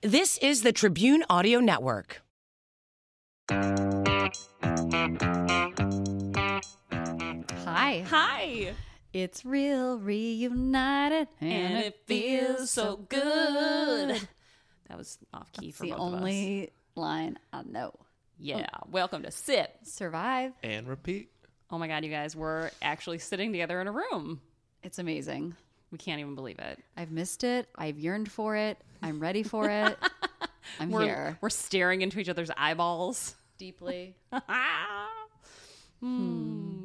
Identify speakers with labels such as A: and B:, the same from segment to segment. A: This is the Tribune Audio Network.
B: Hi.
C: Hi.
B: It's real reunited and,
C: And it feels so good. That was off key
B: It's
C: for
B: the
C: both of us.
B: only line I know.
C: Yeah. Welcome to sit.
B: Survive.
D: And repeat.
C: Oh my god, you guys, we're actually sitting together in a room.
B: It's amazing.
C: We can't even believe it.
B: I've missed it. I've yearned for it. I'm ready for it. I'm
C: We're
B: here.
C: we're staring into each other's eyeballs.
B: Deeply.
C: Hmm.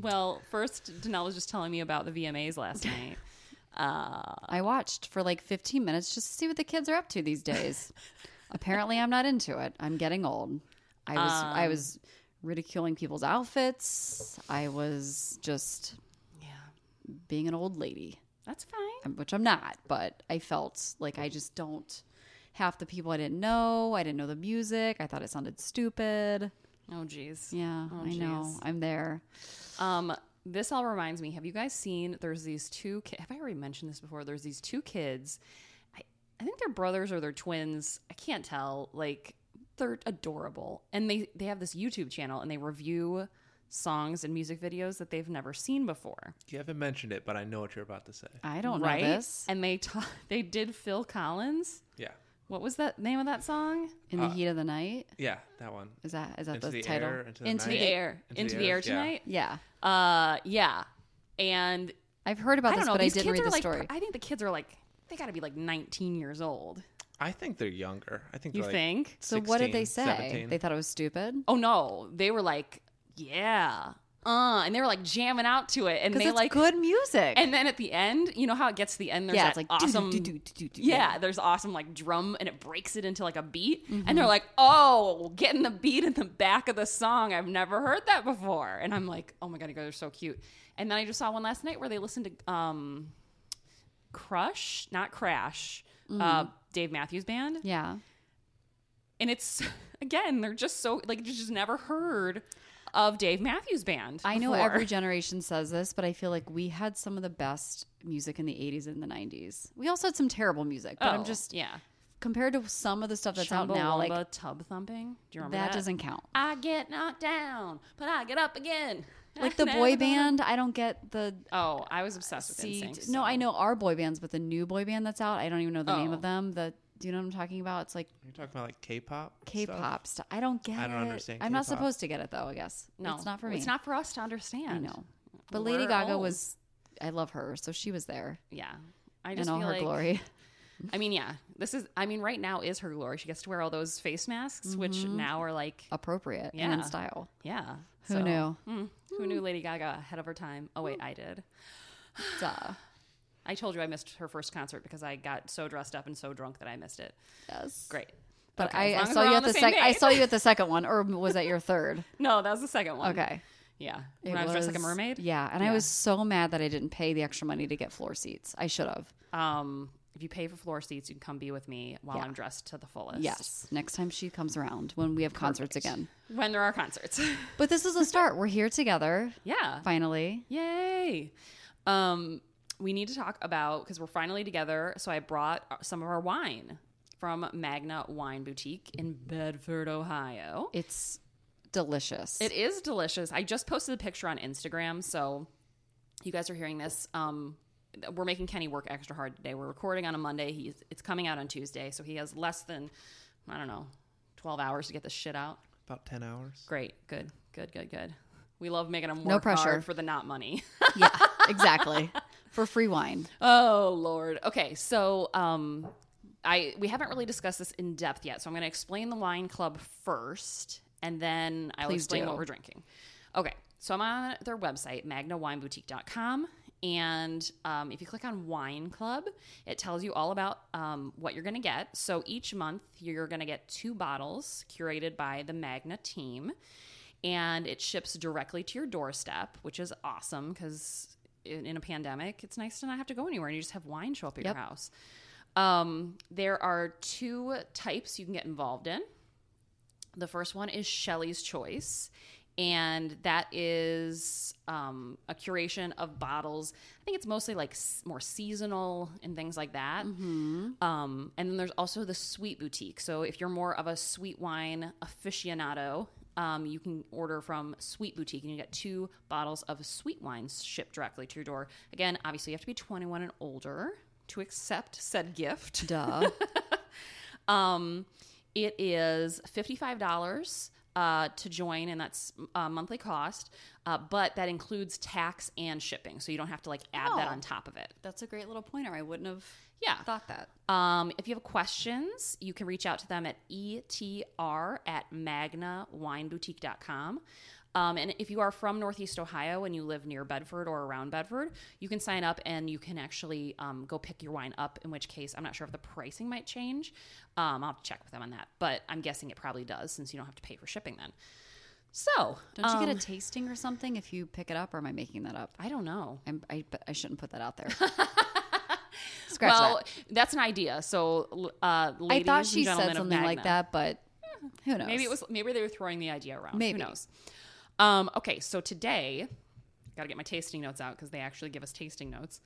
C: Well, first Danelle was just telling me about the VMAs last night.
B: I watched for like 15 minutes just to see what the kids are up to these days. Apparently, I'm not into it. I'm getting old. I was
D: Um.
B: I was ridiculing people's outfits. I was just being an old lady,
C: That's fine.
B: um, which I'm not, but I felt like I just don't half the people I didn't know. I didn't know the music. I thought it sounded stupid.
C: Oh geez.
B: Yeah,
C: Oh,
B: I know.
C: jeez.
B: I'm there.
C: Um, this all reminds me. Have you guys seen? There's these two. Ki- have I already mentioned this before? There's these two kids. I, I think they're brothers or they're twins. I can't tell. Like they're adorable, and they they have this YouTube channel and they review songs and music videos that they've never seen before.
D: You haven't mentioned it, but I know what you're about to say.
B: I don't
C: right?
B: know this.
C: And they ta- they did Phil Collins.
D: Yeah.
C: What was that name of that song?
B: In the heat of the night,
D: Yeah, that one.
B: is that is that
D: Uh, Into
B: the,
D: the
B: title?
D: Air, Into the
C: Into the
D: Night.
C: air. Into, the, air, tonight.
B: Yeah,
C: Uh, yeah. And
B: I've heard about
C: I
B: this,
C: don't know.
B: but I
C: these
B: didn't
C: kids
B: read
C: are
B: the
C: like.
B: story.
C: I think the kids are like. They got to be like 19 years old.
D: I think they're younger. I think
C: You
D: they're like,
C: think?
B: So what did they
D: 16,
B: say?
D: 17.
B: They thought it was stupid.
C: Oh no, they were like, yeah, uh, and they were like jamming out to it, and
B: Because
C: they
B: it's
C: like,
B: good music.
C: and then at the end, you know how it gets to the end? There's
B: yeah, it's
C: that
B: like do, do,
C: awesome.
B: do, do, do, do, do.
C: yeah, there's awesome like drum, and it breaks it into like a beat,
B: Mm-hmm.
C: and they're like, "Oh, getting the beat in the back of the song. I've never heard that before." And I'm like, "Oh my god, you guys are so cute." And then I just saw one last night where they listened to um, "Crush," not "Crash," uh,
B: Mm-hmm.
C: Dave Matthews Band,
B: Yeah.
C: and it's again they're just so like you just never heard of dave matthews band
B: I know
C: before.
B: every generation says this, but I feel like we had some of the best music in the 80s and the 90s. We also had some terrible music, but
C: Oh,
B: I'm just
C: yeah
B: compared to some of the stuff that's out now like
C: Chumbawamba tub thumping do
B: that,
C: you remember that,
B: doesn't count.
C: i get knocked down but i get up again
B: Like the boy band, I don't get the
C: oh i was obsessed with
B: see,
C: NSYNC,
B: No,
C: so-
B: I know our boy bands, but the new boy band that's out, I don't even know the name
C: Oh.
B: of them. The do you know what I'm talking about? It's like
D: You're talking about like K-pop. stuff?
B: K-pop stuff. I don't get it.
D: I don't understand
B: I'm not
D: K-pop.
B: supposed to get it though, I guess.
C: no
B: It's not for me.
C: it's not for us to understand
B: I know. But Lady
C: We're
B: Gaga
C: old.
B: was I love her, so she was there
C: yeah i
B: in
C: just
B: all
C: feel
B: her
C: like-
B: glory.
C: i mean yeah this is i mean right now is her glory she gets to wear all those face masks which now are like
B: Appropriate and
C: Yeah.
B: in style.
C: yeah
B: Mm-hmm. Who
C: so-
B: knew?
C: Mm. Who knew Lady Gaga ahead of her time? Oh wait, I did.
B: Duh.
C: I told you I missed her first concert because I got so dressed up and so drunk that I missed it.
B: Yes.
C: Great.
B: But I, I
C: Okay, as long as
B: saw
C: we're
B: you
C: on
B: at the,
C: same
B: sec- I
C: page.
B: saw you at the second one, or was that your third?
C: No, that was the second one.
B: Okay.
C: Yeah.
B: It
C: When I was dressed like a
B: was-
C: mermaid.
B: Yeah, and I
C: Yeah.
B: was so mad that I didn't pay the extra money to get floor seats. I should have.
C: Um, if you pay for floor seats, you can come be with me while
B: Yeah.
C: I'm dressed to the fullest.
B: Yes. Next time she comes around when we have concerts again.
C: When there are concerts.
B: But this is a start. We're here together
C: yeah.
B: finally.
C: Yay. Um, we need to talk about because we're finally together. So I brought uh, some of our wine from Magna Wine Boutique in Bedford, Ohio.
B: It's delicious.
C: It is delicious. I just posted the picture on Instagram, so you guys are hearing this. Um, we're making Kenny work extra hard today. We're recording on a Monday. He's it's coming out on Tuesday, so he has less than I don't know, twelve hours to get this shit out.
D: About ten hours.
C: Great, good, good, good, good. We love making him work
B: No pressure.
C: hard for the not money.
B: yeah, exactly. For free wine.
C: Oh Lord. Okay, so um I we haven't really discussed this in depth yet, so I'm gonna explain the wine club first and then I'll
B: Please
C: explain
B: do.
C: what we're drinking. Okay. So I'm on their website, magnawineboutique.com. And um, if you click on Wine Club, it tells you all about um, what you're going to get. So each month, you're going to get two bottles curated by the Magna team. And it ships directly to your doorstep, which is awesome because in, in a pandemic, it's nice to not have to go anywhere and you just have wine show up at
B: Yep.
C: your house. Um, there are two types you can get involved in. The first one is Shelley's Choice, and that is um, a curation of bottles. I think it's mostly like s- more seasonal and things like that. Um, and then there's also the sweet boutique. So if you're more of a sweet wine aficionado, um, you can order from Sweet Boutique and you get two bottles of sweet wines shipped directly to your door. Again, obviously, you have to be 21 and older to accept said gift.
B: Duh.
C: Um, it is fifty-five dollars uh, to join, and that's uh, monthly cost. Uh, but that includes tax and shipping, so you don't have to like add that
B: Oh.
C: on top of it.
B: That's a great little pointer. I wouldn't have
C: Yeah.
B: thought that.
C: Um, if you have questions, you can reach out to them at etr at magnawineboutique.com. Um, and if you are from Northeast Ohio and you live near Bedford or around Bedford, you can sign up and you can actually um, go pick your wine up. In which case, I'm not sure if the pricing might change. Um, I'll check with them on that, but I'm guessing it probably does since you don't have to pay for shipping then. So,
B: Don't you
C: um,
B: get a tasting or something if you pick it up, or am I making that up?
C: I don't know.
B: I'm, I, but I shouldn't put that out there. Scratch
C: well,
B: that.
C: that's an idea. So, uh,
B: I
C: ladies
B: thought she said
C: and gentlemen of
B: something like
C: Magna.
B: that, but who knows?
C: Maybe it was maybe they were throwing the idea around.
B: Maybe.
C: Who knows? Um, okay, so today, got to get my tasting notes out because they actually give us tasting notes.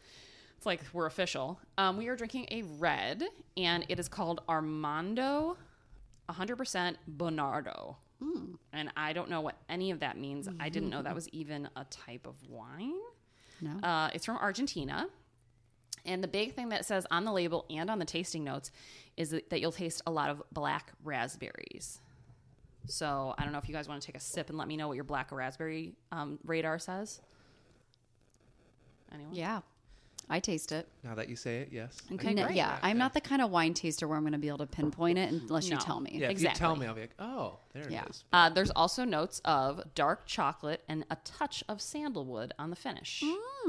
C: It's like we're official. Um, we are drinking a red, and it is called Armando 100% Bonardo. And I don't know what any of that means. I didn't know that was even a type of wine.
B: No.
C: Uh, it's from Argentina. And the big thing that it says on the label and on the tasting notes is that that you'll taste a lot of black raspberries. So I don't know if you guys want to take a sip and let me know what your black raspberry um, radar says. Anyone?
B: Yeah. I taste it.
D: Now that you say it, yes.
C: Okay,
B: No,
C: great.
B: yeah, I'm not the kind of wine taster where I'm going to be able to pinpoint it unless you
C: No.
B: tell me.
D: Yeah, if you tell
C: exactly.
D: me, I'll be like, oh, there
B: Yeah.
D: it is.
C: Uh, there's also notes of dark chocolate and a touch of sandalwood on the finish. So,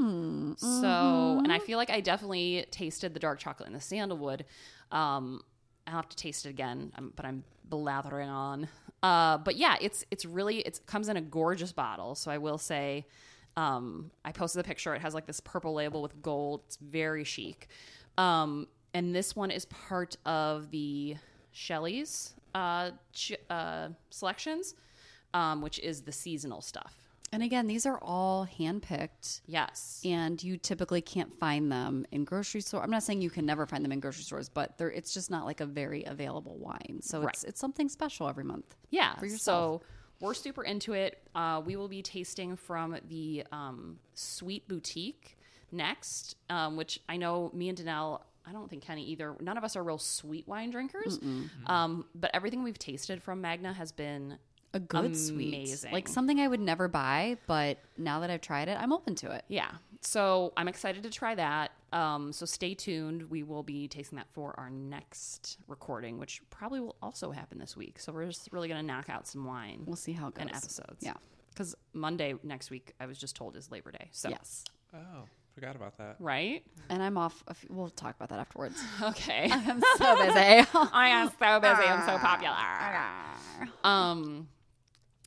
C: and I feel like I definitely tasted the dark chocolate and the sandalwood. Um, I'll have to taste it again, um, but I'm blathering on. Uh, but yeah, it's it's really it comes in a gorgeous bottle. So I will say, um, I posted the picture. It has like this purple label with gold. It's very chic. Um, and this one is part of the Shelley's uh, ch- uh, selections, um, which is the seasonal stuff.
B: And again, these are all handpicked,
C: Yes.
B: and you typically can't find them in grocery store. I'm not saying you can never find them in grocery stores, but they're, it's just not like a very available wine. So it's it's something special every month.
C: Yeah.
B: for yourself.
C: So we're super into it. Uh, we will be tasting from the um, Sweet Boutique next, um, which I know me and Danelle. I don't think Kenny either. None of us are real sweet wine drinkers, um, but everything we've tasted from Magna has been
B: A good sweet,
C: Amazing.
B: like something I would never buy, but now that I've tried it, I'm open to it.
C: yeah. So I'm excited to try that. Um, so stay tuned. We will be tasting that for our next recording, which probably will also happen this week. So we're just really going to knock out some wine.
B: We'll see how it goes.
C: and episodes.
B: Yeah.
C: Because Monday next week, I was just told is Labor Day. So,
B: Yes,
D: Oh, forgot about that.
C: right?
B: and I'm off. A few, we'll talk about that afterwards.
C: Okay.
B: I'm so busy.
C: I am so busy. I'm so popular.
B: Ah.
C: Um,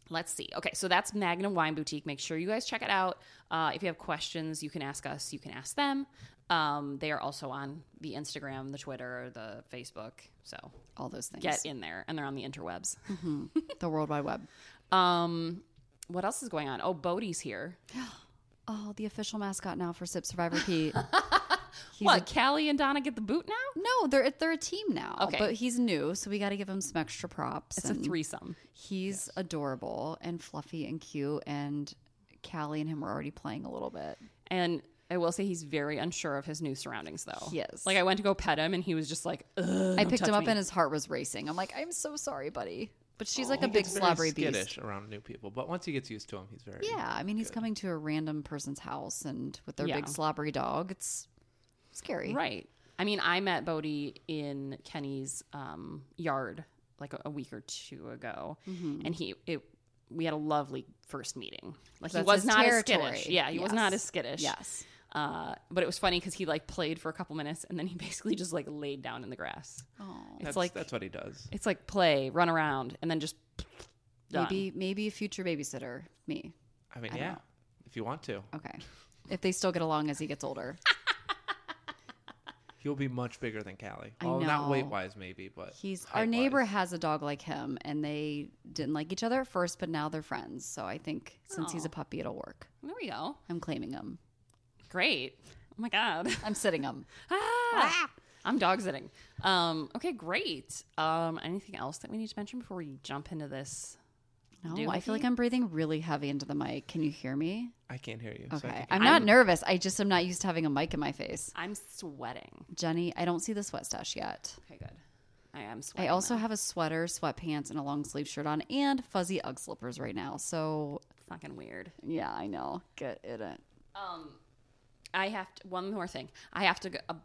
C: let's see. Okay, so that's Magnum Wine Boutique. Make sure you guys check it out. Uh, if you have questions, you can ask us. You can ask them. Um, they are also on the Instagram, the Twitter, the Facebook. So
B: all those things.
C: get in there, and they're on the interwebs.
B: the World Wide Web.
C: Um, what else is going on? Oh, Bodie's here.
B: Oh, the official mascot now for Sip Survivor Pete. He's
C: what? Callie and Donna get the boot now.
B: A, no, they're they're a team now.
C: Okay.
B: but he's new, so we got to give him some extra props.
C: It's a
B: and
C: threesome.
B: He's adorable and fluffy and cute, and Callie and him were already playing a little bit.
C: And I will say he's very unsure of his new surroundings, though.
B: He is.
C: Like I went to go pet him, and he was just like, Ugh,
B: I picked him up, and his heart was racing. I'm like, I'm so sorry, buddy. But
C: Oh.
B: she's like a big
D: He's very
B: slobbery beast.
D: skittish around new people, but once he gets used to him, he's very
B: Yeah, I mean, he's coming to a random person's house and with their
C: Yeah.
B: big slobbery dog. It's scary.
C: right." I mean, I met Bodie in Kenny's um, yard like a, a week or two ago,
B: Mm-hmm.
C: and he it. We had a lovely first meeting. Like he
B: That's
C: was
B: his
C: not as
B: territory.
C: skittish. Yeah, he was
B: Yes.
C: not as skittish.
B: Yes.
C: Uh, but it was funny because he like played for a couple minutes and then he basically just like laid down in the grass.
B: Oh.
C: It's
D: That's,
C: like
D: that's what he does.
C: it's like play, run around, and then just done.
B: Maybe maybe a future babysitter, me.
D: I mean, yeah, if you want to.
B: Okay. If they still get along as he gets older.
D: He'll be much bigger than Callie.
B: I
D: Oh, not
B: know.
D: weight wise, maybe, but
B: He's our
D: height-wise.
B: neighbor has a dog like him, and they didn't like each other at first, but now they're friends. So I think since he's a puppy, it'll work.
C: There we go.
B: I'm claiming him.
C: Great. Oh my god.
B: I'm sitting him.
C: Ah! I'm dog sitting. Um, okay, great. Um, anything else that we need to mention before we jump into this?
B: No,
C: Do
B: I feel
C: we?
B: like I'm breathing really heavy into the mic. Can you hear me?
D: I can't hear you. So I
B: Okay.
D: think
B: I'm not nervous. I just am not used to having a mic in my face.
C: I'm sweating.
B: Jenny, I don't see the sweat stash yet.
C: Okay, good. I am
B: I
C: sweating.
B: also have a sweater, sweatpants, and a long sleeve shirt on, and fuzzy UGG slippers right now. So
C: fucking weird.
B: yeah, I know. Get it? in.
C: I have to, one more thing. I have to go. Uh,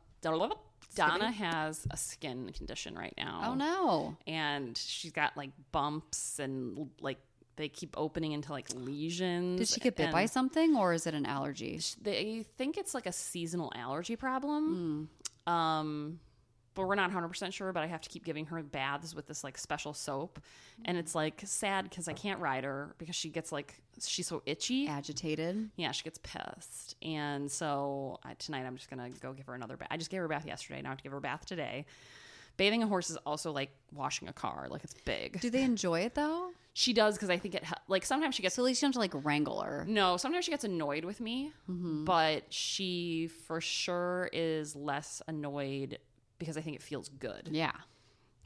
C: Donna has a skin condition right now.
B: Oh no!
C: And she's got like bumps and like they keep opening into like lesions.
B: Did she get bit
C: and
B: by something, or is it an allergy?
C: They think it's like a seasonal allergy problem. Um, but we're not 100% sure, but I have to keep giving her baths with this like special soap. And it's like sad because I can't ride her because she gets like, she's so itchy.
B: Agitated.
C: Yeah, she gets pissed. And so I, tonight I'm just going to go give her another bath. I just gave her a bath yesterday. Now I have to give her a bath today. Bathing a horse is also like washing a car. Like it's big.
B: Do they enjoy it though?
C: she does because I think it, hel- like sometimes she gets,
B: So at least you don't have to like wrangle her.
C: no, sometimes she gets annoyed with me,
B: Mm-hmm.
C: but she for sure is less annoyed because I think it feels good,
B: Yeah.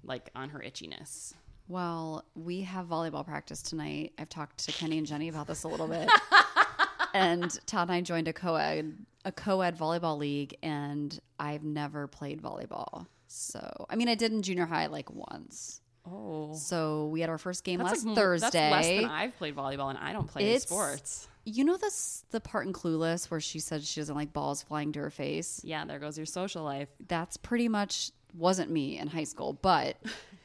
C: like on her itchiness.
B: Well, we have volleyball practice tonight. I've talked to Kenny and Jenny about this a little bit. and Todd and I joined a co-ed a co-ed volleyball league and I've never played volleyball. So, I mean, I did in junior high like once.
C: Oh.
B: So, we had our first game last
C: like, m-
B: Thursday.
C: That's less than I've played volleyball and I don't play any
B: It's-
C: sports.
B: you know this the part in Clueless where she said she doesn't like balls flying to her face?
C: Yeah, there goes your social life.
B: that's pretty much wasn't me in high school, but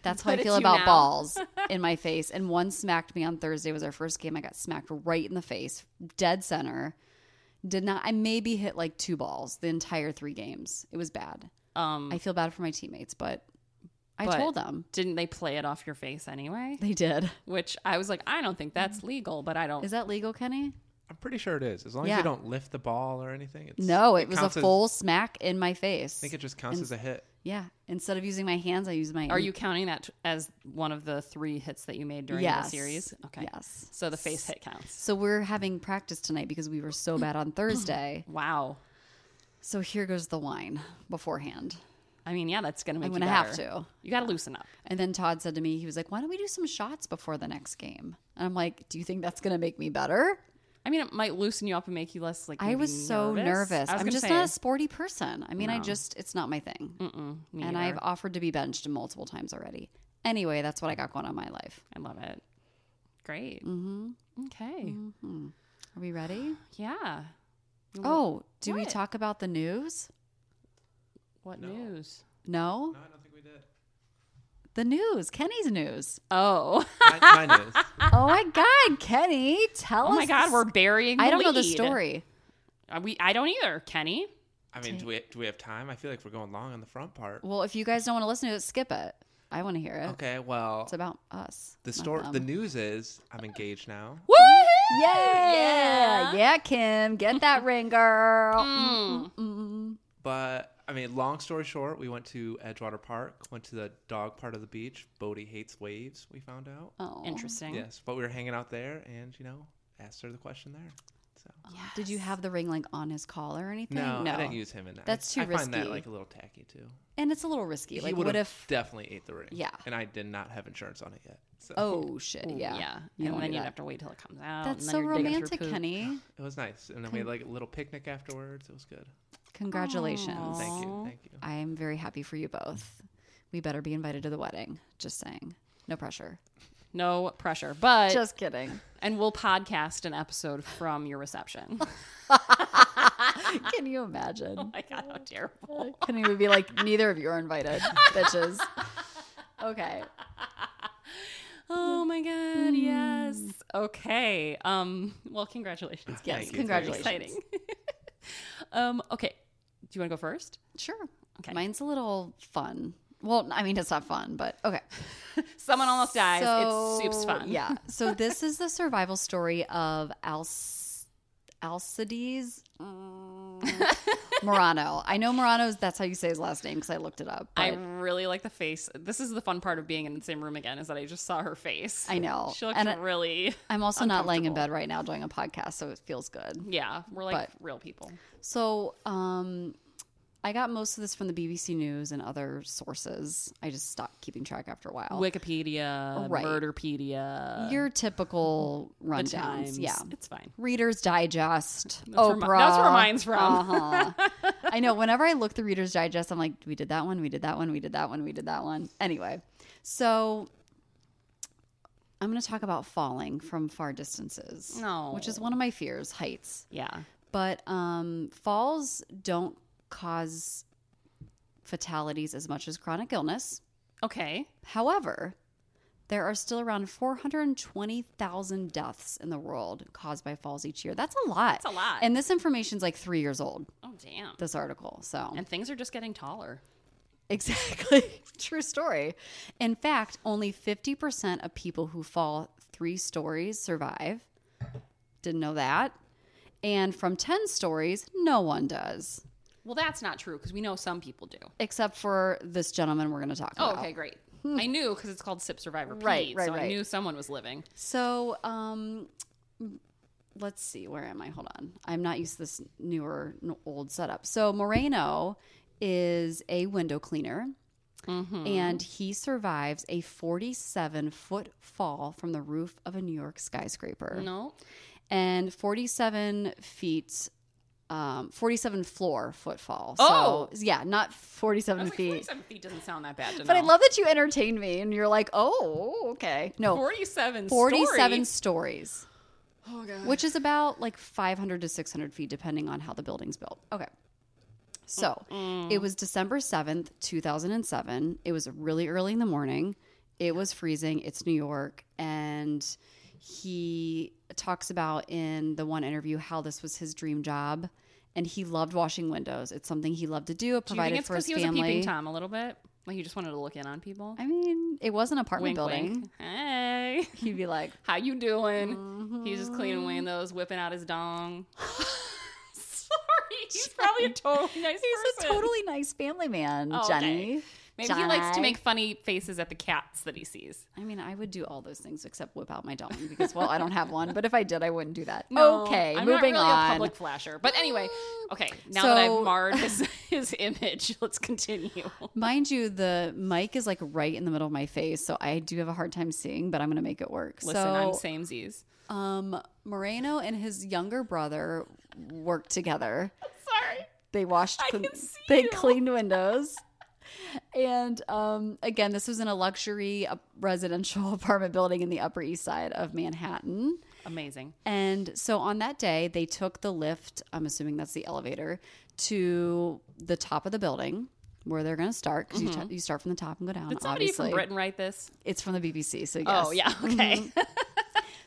B: that's how
C: But
B: I feel
C: it's you
B: about
C: now.
B: balls in my face. And one smacked me on Thursday was our first game. I got smacked right in the face, dead center. Did not I maybe hit like two balls the entire three games. It was bad.
C: Um,
B: I feel bad for my teammates, but I
C: But-
B: told them.
C: didn't they play it off your face anyway?
B: They did.
C: Which I was like, I don't think that's legal, but I don't.
B: Mm-hmm. Is that legal, Kenny?
D: I'm pretty sure it is. As long as
B: Yeah.
D: you don't lift the ball or anything. It's,
B: No, it, was a
D: counts as-
B: full smack in my face.
D: I think it just counts as a hit.
B: yeah. Instead of using my hands, I use my
C: Are you counting that t- as one of the three hits that you made during the
B: Yes.
C: series? Okay.
B: Yes.
C: So the face hit counts.
B: So we're having practice tonight because we were so bad on Thursday.
C: Wow.
B: So here goes the wine beforehand.
C: I mean, yeah, that's gonna make.
B: I'm
C: you
B: going to have
C: better.
B: to.
C: You gotta loosen up.
B: And then Todd said to me, he was like, why don't we do some shots before the next game? And I'm like, do you think that's going to make me better?
C: I mean, it might loosen you up and make you less like.
B: I
C: maybe
B: was so nervous.
C: I was
B: I'm
C: gonna
B: just
C: say,
B: not a sporty person. I mean, I just, it's not my thing.
C: me
B: and I've offered to be benched multiple times already. Anyway, that's what I got going on in my life.
C: I love it. Great. Mm-hmm. Okay.
B: Mm-hmm. Are we ready?
C: Yeah.
B: Oh, do we
C: What?
B: talk about the news?
C: What news?
B: No?
D: No, I don't think we did.
B: The news, Kenny's news.
C: Oh.
D: Mine, mine is.
B: oh my God, Kenny, tell us.
C: oh my
B: the
C: God,
B: s-
C: we're burying.
B: I
C: the
B: don't know the
C: lead.
B: story.
C: Uh, We. I don't either, Kenny.
D: I mean, do we do we have time? I feel like we're going long on the front part.
B: Well, if you guys don't want to listen to it, skip it. I want to hear it.
D: Okay, well,
B: It's about us.
D: the story, the news is I'm engaged now.
B: Yeah, yeah, Kim, get that ring, girl.
C: Mm.
D: But I mean, long story short, we went to Edgewater Park, went to the dog part of the beach. Bodie hates waves. We found out.
B: Oh,
C: Interesting.
D: Yes, but we were hanging out there, and you know, asked her the question there. So
B: did you have the ring like on his collar or anything?
D: no, I didn't use him in that.
B: That's too
D: I find that
B: risky.
D: like a little tacky too.
B: and it's a little risky.
D: he
B: Like,
D: would
B: what
D: have
B: if?
D: definitely ate the ring.
B: Yeah.
D: and I did not have insurance on it yet. So
B: Oh shit! Yeah,
C: Yeah.
B: You don't
C: and then
B: do
C: you'd
B: that.
C: have to wait till it comes out.
B: That's
C: and then
B: so
C: you're digging through
B: romantic,
C: poop.
B: Kenny.
D: it was nice, and then we had like a little picnic afterwards. It was good.
B: Congratulations.
D: Thank you, thank you.
B: I am very happy for you both. We better be invited to the wedding. Just saying. No pressure.
C: No pressure, but
B: Just kidding.
C: and we'll podcast an episode from your reception. oh
B: Can you imagine?
C: my God, how terrible!
B: Kenny would be like, neither of you are invited, bitches. Okay.
C: Oh my god, yes.
B: Mm.
C: Okay. Um well, congratulations.
B: Yes,
D: Thank you.
B: congratulations.
C: Exciting. um okay. Do you want to go first?
B: Sure.
C: Okay.
B: Mine's a little fun. Well, I mean, it's not fun, but okay.
C: Someone almost dies. it's soup's
B: So-
C: fun.
B: Yeah. So this is the survival story of Al Alcides mm, Morano. I know Morano's. That's how you say his last name because I looked it up.
C: I
B: but
C: really like the face. This is the fun part of being in the same room again is that I just saw her face.
B: I know.
C: She looks
B: And I-
C: really.
B: I'm also not laying in
C: uncomfortable.
B: bed right now doing a podcast, so it feels good.
C: Yeah, we're like real people.
B: So, um, I got most of this from the BBC News and other sources. I just stopped keeping track after a while.
C: Wikipedia,
B: Oh. Right.
C: Murderpedia,
B: Your typical
C: The
B: rundowns,
C: Times.
B: yeah. Oh,
C: it's fine.
B: Reader's Digest,
C: That's where
B: Oprah.
C: mi- that's where mine's from.
B: Uh-huh. I know. Whenever I look through Reader's Digest, I'm like, we did that one, we did that one, we did that one, we did that one. Anyway, so I'm going to talk about falling from far distances,
C: No.
B: which is one of my fears, heights.
C: Yeah,
B: But um, falls don't cause fatalities as much as chronic illness.
C: okay.
B: However, there are still around 420,000 deaths in the world caused by falls each year. That's a lot.
C: That's a lot.
B: And this information's like three years old,
C: Oh damn.
B: this article. So,
C: And things are just getting taller.
B: exactly. True story. In fact, only 50% of people who fall three stories survive. Didn't know that. And from 10 stories, no one does,
C: Well, that's not true because we know some people do.
B: except for this gentleman we're going to talk
C: Oh,
B: about.
C: okay, great. I knew because it's called Sip Survivor Pete,
B: Right, right,
C: so I
B: right.
C: knew someone was living.
B: So, um, let's see. Where am I? Hold on. I'm not used to this newer, n- old setup. So, Moreno is a window cleaner,
C: Mm-hmm.
B: and he survives a 47 foot fall from the roof of a New York skyscraper.
C: No,
B: And 47 feet. Um, 47 floor footfall.
C: Oh!
B: so, yeah, not 47
C: I was like,
B: feet.
C: forty-seven feet doesn't sound that bad. To
B: But I
C: know.
B: love that you entertained me and you're like, oh, okay. No,
C: forty-seven.
B: 47
C: story?
B: stories
C: Oh god.
B: which is about like 500 to 600 feet, depending on how the building's built. Okay. So it was December 7th, 2007. It was really early in the morning. It was freezing. It's New York. And he talks about in the one interview how this was his dream job. And he loved washing windows. It's something he loved to do. It
C: Do you think
B: provided
C: it's
B: for
C: because
B: his
C: he was a
B: family.
C: peeping tom a little bit? Like he just wanted to look in on people.
B: I mean, it was an apartment
C: Wink,
B: building.
C: wink. Hey,
B: He'd be like,
C: how you doing? He's just
B: Mm-hmm.
C: cleaning windows, whipping out his dong. Sorry, he's probably a totally nice
B: he's a
C: person.
B: totally nice family man,
C: Oh, okay.
B: Jenny.
C: Maybe he likes to
B: Jenny.
C: make funny faces at the cats that he sees.
B: I mean, I would do all those things except whip out my dong because, well, I don't have one. But if I did, I wouldn't do that.
C: No,
B: okay,
C: I'm
B: moving
C: not really
B: on.
C: A public flasher, but anyway, okay. Now that
B: So-
C: I've marred his, his image, let's continue.
B: Mind you, the mic is like right in the middle of my face, so I do have a hard time seeing, but I'm going to make it work.
C: Listen,
B: so,
C: I'm samesies.
B: um, Moreno and his younger brother worked together.
C: Sorry.
B: They washed,
C: I can
B: clean-
C: see
B: they
C: you.
B: cleaned windows. And um, again, this was in a luxury uh, residential apartment building in the Upper East Side of Manhattan.
C: Amazing.
B: And so on that day, they took the lift, I'm assuming that's the elevator, to the top of the building where they're going to start because you, t- you start from the top and go down.
C: Did Mm-hmm. somebody
B: obviously,
C: from Britain write this?
B: it's from the BBC. So yes.
C: Oh yeah. Okay.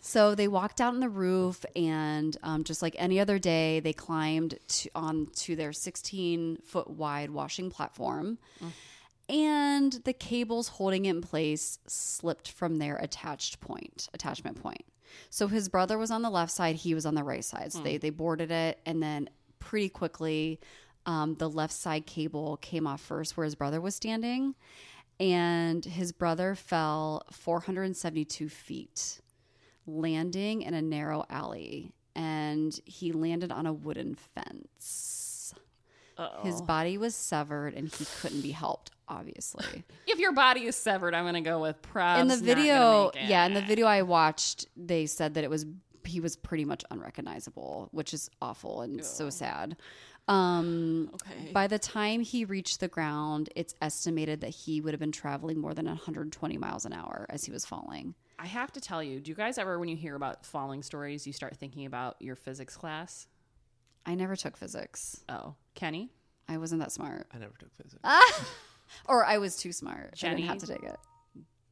B: So they walked out on the roof, and um, just like any other day, they climbed to, onto their 16 foot wide washing platform. And the cables holding it in place slipped from their attached point, attachment point. So his brother was on the left side, he was on the right side. So they, they boarded it, and then pretty quickly, um, the left side cable came off first where his brother was standing, and his brother fell 472 feet landing in a narrow alley and he landed on a wooden fence. His body was severed and he couldn't be helped, obviously.
C: if your body is severed, I'm gonna go with proud.
B: in the video, yeah, in the video I watched, they said that it was he was pretty much unrecognizable, which is awful and so sad. Um
C: Okay.
B: by the time he reached the ground, it's estimated that he would have been traveling more than 120 miles an hour as he was falling.
C: I have to tell you, do you guys ever, when you hear about falling stories, you start thinking about your physics class?
B: I never took physics.
C: Oh, Kenny,
B: I wasn't that smart.
D: I never took physics.
B: Uh, Or I was too smart. I
C: Jenny?
B: didn't have to take it.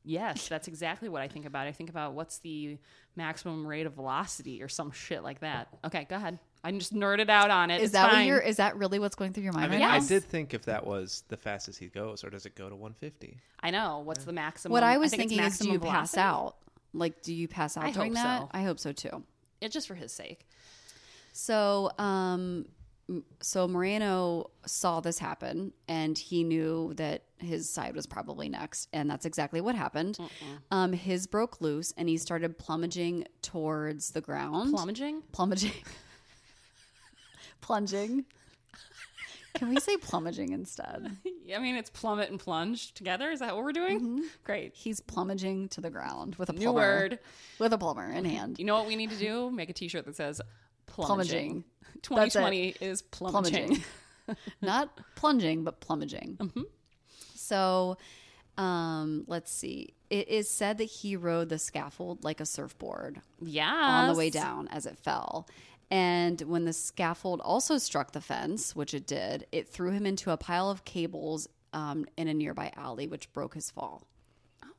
C: yes, that's exactly what I think about. I think about what's the maximum rate of velocity or some shit like that. Okay, go ahead. I just nerded out on it.
B: Is
C: It's
B: that what
C: fine.
B: you're? Is that really what's going through your mind
D: I mean,
B: right now?
D: I did think if that was the fastest he goes, or does it go to 150?
C: I know. What's the maximum?
B: What I was
C: think it's
B: thinking is, do
C: maximum
B: you pass
C: velocity.
B: out? Like, do you pass out
C: I
B: during
C: hope
B: that?
C: so.
B: I hope so too.
C: It just for his sake.
B: So, um, m- so Moreno saw this happen, and he knew that his side was probably next, and that's exactly what happened. Um, his broke loose, and he started plummeting towards the ground.
C: Plumaging?
B: plummeting, plunging. Can we say plummeting instead?
C: I mean, it's plummet and plunge together. Is that what we're doing? Great.
B: He's plummeting to the ground with a Mm-hmm. plumber,
C: New word.
B: with a plumber in hand.
C: You know what we need to do? Make a T-shirt that says
B: Plumaging.
C: plumaging. 2020 is
B: plumaging.
C: plumaging.
B: Not plunging, but plumaging.
C: Mm-hmm.
B: So um, let's see. It is said that he rode the scaffold like a surfboard
C: Yeah.
B: on the way down as it fell. And when the scaffold also struck the fence, which it did, it threw him into a pile of cables um, in a nearby alley, which broke his fall.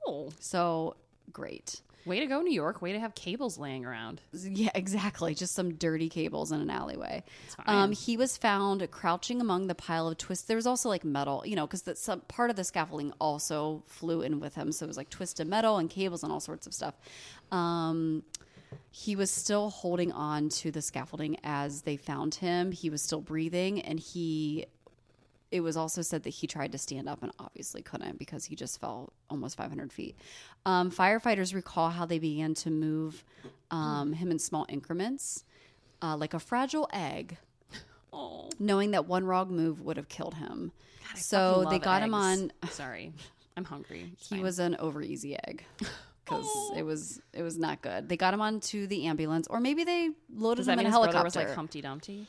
C: Oh,
B: So great.
C: way to go, New York. Way to have cables laying around.
B: Yeah, exactly. Just some dirty cables in an alleyway. Um, he was found crouching among the pile of twists. There was also like metal, you know, because some part of the scaffolding also flew in with him. So it was like twisted metal and cables and all sorts of stuff. Um, he was still holding on to the scaffolding as they found him. He was still breathing, and he. It was also said that he tried to stand up and obviously couldn't because he just fell almost 500 feet. Um, firefighters recall how they began to move um, him in small increments, uh, like a fragile egg,
C: Oh,
B: knowing that one wrong move would have killed him. so
C: fucking
B: they
C: love
B: got him
C: eggs.
B: on.
C: Sorry, I'm hungry. It's
B: He
C: fine.
B: was an over easy egg because it was it was not good. They got him onto the ambulance, or maybe they loaded
C: Does
B: him in
C: that mean
B: a
C: his
B: helicopter.
C: brother was like Humpty Dumpty?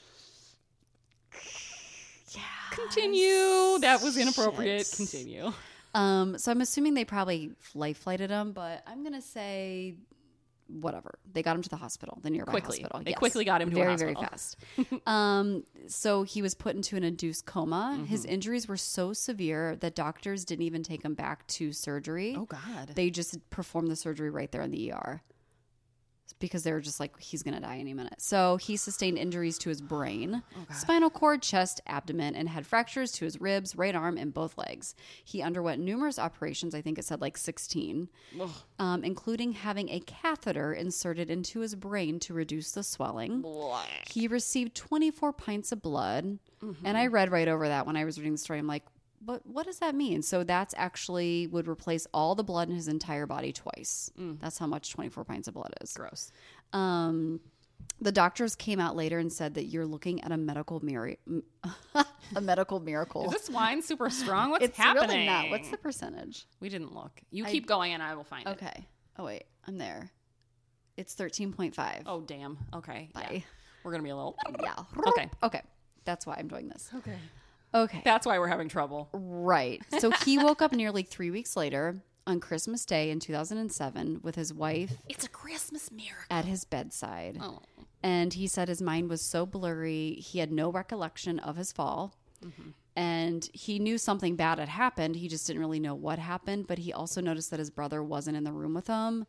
C: Yeah. Continue. That was inappropriate.
B: Shit.
C: Continue.
B: Um, so I'm assuming they probably life flighted him, but I'm gonna say whatever. They got him to the hospital, the nearby
C: Quickly.
B: hospital.
C: They quickly got him to a
B: very, very fast.
C: hospital.
B: um, so he was put into an induced coma.
C: Mm-hmm.
B: His injuries were so severe that doctors didn't even take him back to surgery.
C: God.
B: They just performed the surgery right there in the ER because they were just like, he's going to die any minute. So he sustained injuries to his brain, spinal cord, chest, abdomen, and had fractures to his ribs, right arm, and both legs. He underwent numerous operations. I think it said like 16, um, including having a catheter inserted into his brain to reduce the swelling. He received 24 pints of blood.
C: Mm-hmm.
B: And I read right over that when I was reading the story. I'm like, but what does that mean? So that's actually would replace all the blood in his entire body twice.
C: Mm.
B: That's how much 24 pints of blood is.
C: Gross.
B: Um, the doctors came out later and said that you're looking at a medical miracle. a medical miracle.
C: Is this wine super strong? What's
B: it's
C: happening?
B: really not. What's the percentage?
C: we didn't look. You keep going and I will find it.
B: Okay. Oh wait, I'm there. It's 13.5.
C: Oh, damn. Okay. yeah.
B: Bye.
C: We're going to be a little.
B: yeah.
C: Okay. Oh.
B: Okay. That's why I'm doing this.
C: Okay.
B: Okay.
C: That's why we're having trouble.
B: Right. So he woke up nearly three weeks later on Christmas Day in 2007 with his wife
C: It's a Christmas miracle.
B: at his bedside.
C: Oh.
B: And he said his mind was so blurry, he had no recollection of his fall.
C: Mm-hmm.
B: And he knew something bad had happened. He just didn't really know what happened. But he also noticed that his brother wasn't in the room with him.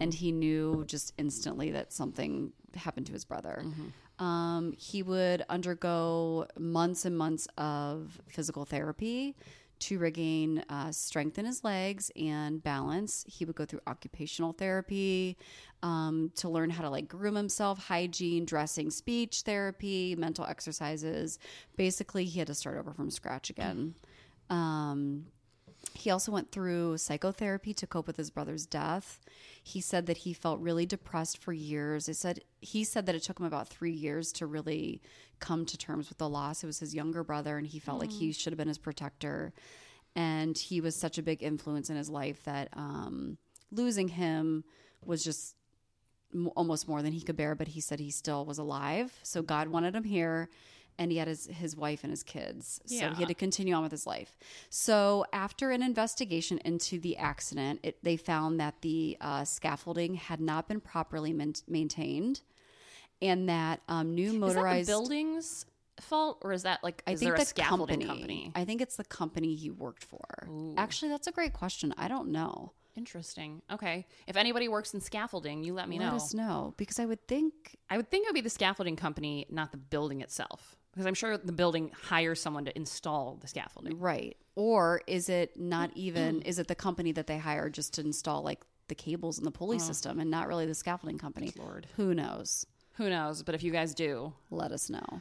B: And he knew just instantly that something happened to his brother.
C: Mm-hmm.
B: Um, he would undergo months and months of physical therapy to regain uh, strength in his legs and balance. He would go through occupational therapy um, to learn how to like groom himself, hygiene, dressing, speech therapy, mental exercises. Basically, he had to start over from scratch again. Um, he also went through psychotherapy to cope with his brother's death. He said that he felt really depressed for years. It said he said that it took him about three years to really come to terms with the loss. It was his younger brother, and he felt like he should have been his protector. And he was such a big influence in his life that um, losing him was just m- almost more than he could bear. But he said he still was alive, so God wanted him here, and he had his his wife and his kids. So
C: Yeah.
B: he had to continue on with his life. So, after an investigation into the accident, it, they found that the uh, scaffolding had not been properly man- maintained, and that um, new
C: Is
B: motorized.
C: that the building's fault or is that like,
B: I
C: is
B: think
C: there a
B: the
C: scaffolding
B: company,
C: company?
B: I think it's the company he worked for. Actually, that's a great question. I don't know.
C: Interesting. Okay. If anybody works in scaffolding, you let me
B: Let
C: know.
B: us know because I would think
C: I would think it would be the scaffolding company, not the building itself. Because I'm sure the building hires someone to install the scaffolding.
B: right, or is it not
C: Mm.
B: even? is it the company that they hire just to install like the cables in the pulley system, and not really the scaffolding company?
C: Oh. Lord.
B: who knows?
C: Who knows? But if you guys do,
B: Let us know.
C: DM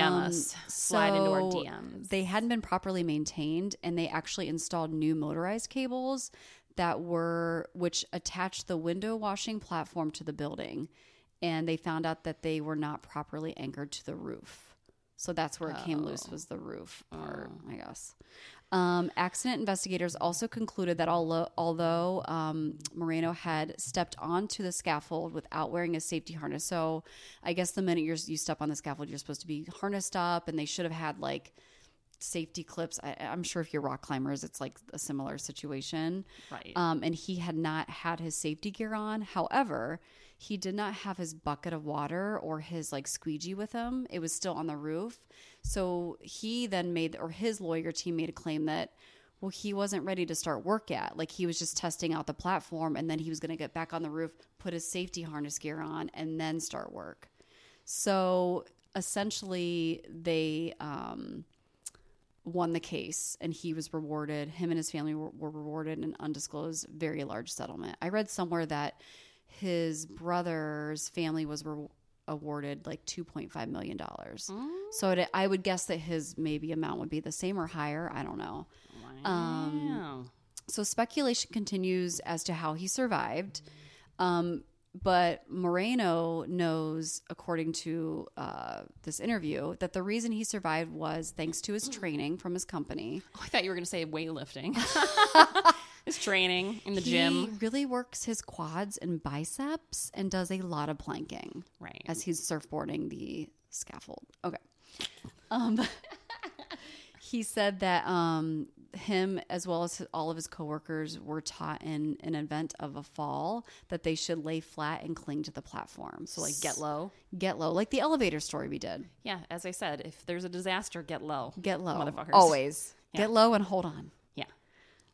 B: Mm-hmm. Um,
C: us. Slide into our
B: so
C: DMs.
B: They hadn't been properly maintained, and they actually installed new motorized cables that were which attached the window washing platform to the building, and they found out that they were not properly anchored to the roof. So that's where it came loose
C: Oh.
B: was the roof part, I guess. Um, accident investigators also concluded that although, although um, Moreno had stepped onto the scaffold without wearing a safety harness, so I guess the minute you're, you step on the scaffold, you're supposed to be harnessed up, and they should have had like safety clips. I, I'm sure if you're rock climbers, it's like a similar situation.
C: Right.
B: Um, and he had not had his safety gear on. However, he did not have his bucket of water or his like squeegee with him. It was still on the roof. So he then made, or his lawyer team made a claim that, well, he wasn't ready to start work yet. Like he was just testing out the platform and then he was going to get back on the roof, put his safety harness gear on, and then start work. So essentially, they um, won the case, and he was rewarded. Him and his family were, were rewarded in an undisclosed, very large settlement. I read somewhere that his brother's family was re- awarded like two point five million dollars. So it, I would guess that his maybe amount would be the same or higher. I don't know.
C: um,
B: So speculation continues as to how he survived. Um, but Moreno knows, according to uh, this interview, that the reason he survived was thanks to his training from his company.
C: Oh, I thought you were going to say weightlifting. It's training in the gym.
B: He really works his quads and biceps and does a lot of planking
C: Right.
B: as he's surfboarding the scaffold. Okay. Um, he said that um, him, as well as all of his coworkers, were taught in an event of a fall that they should lay flat and cling to the platform. So, like, get low,
C: low.
B: get low, like the elevator story we did.
C: Yeah, as I said, if there's a disaster, get low.
B: Get low,
C: Motherfuckers.
B: always.
C: Yeah.
B: Get low and hold on.
C: Yeah.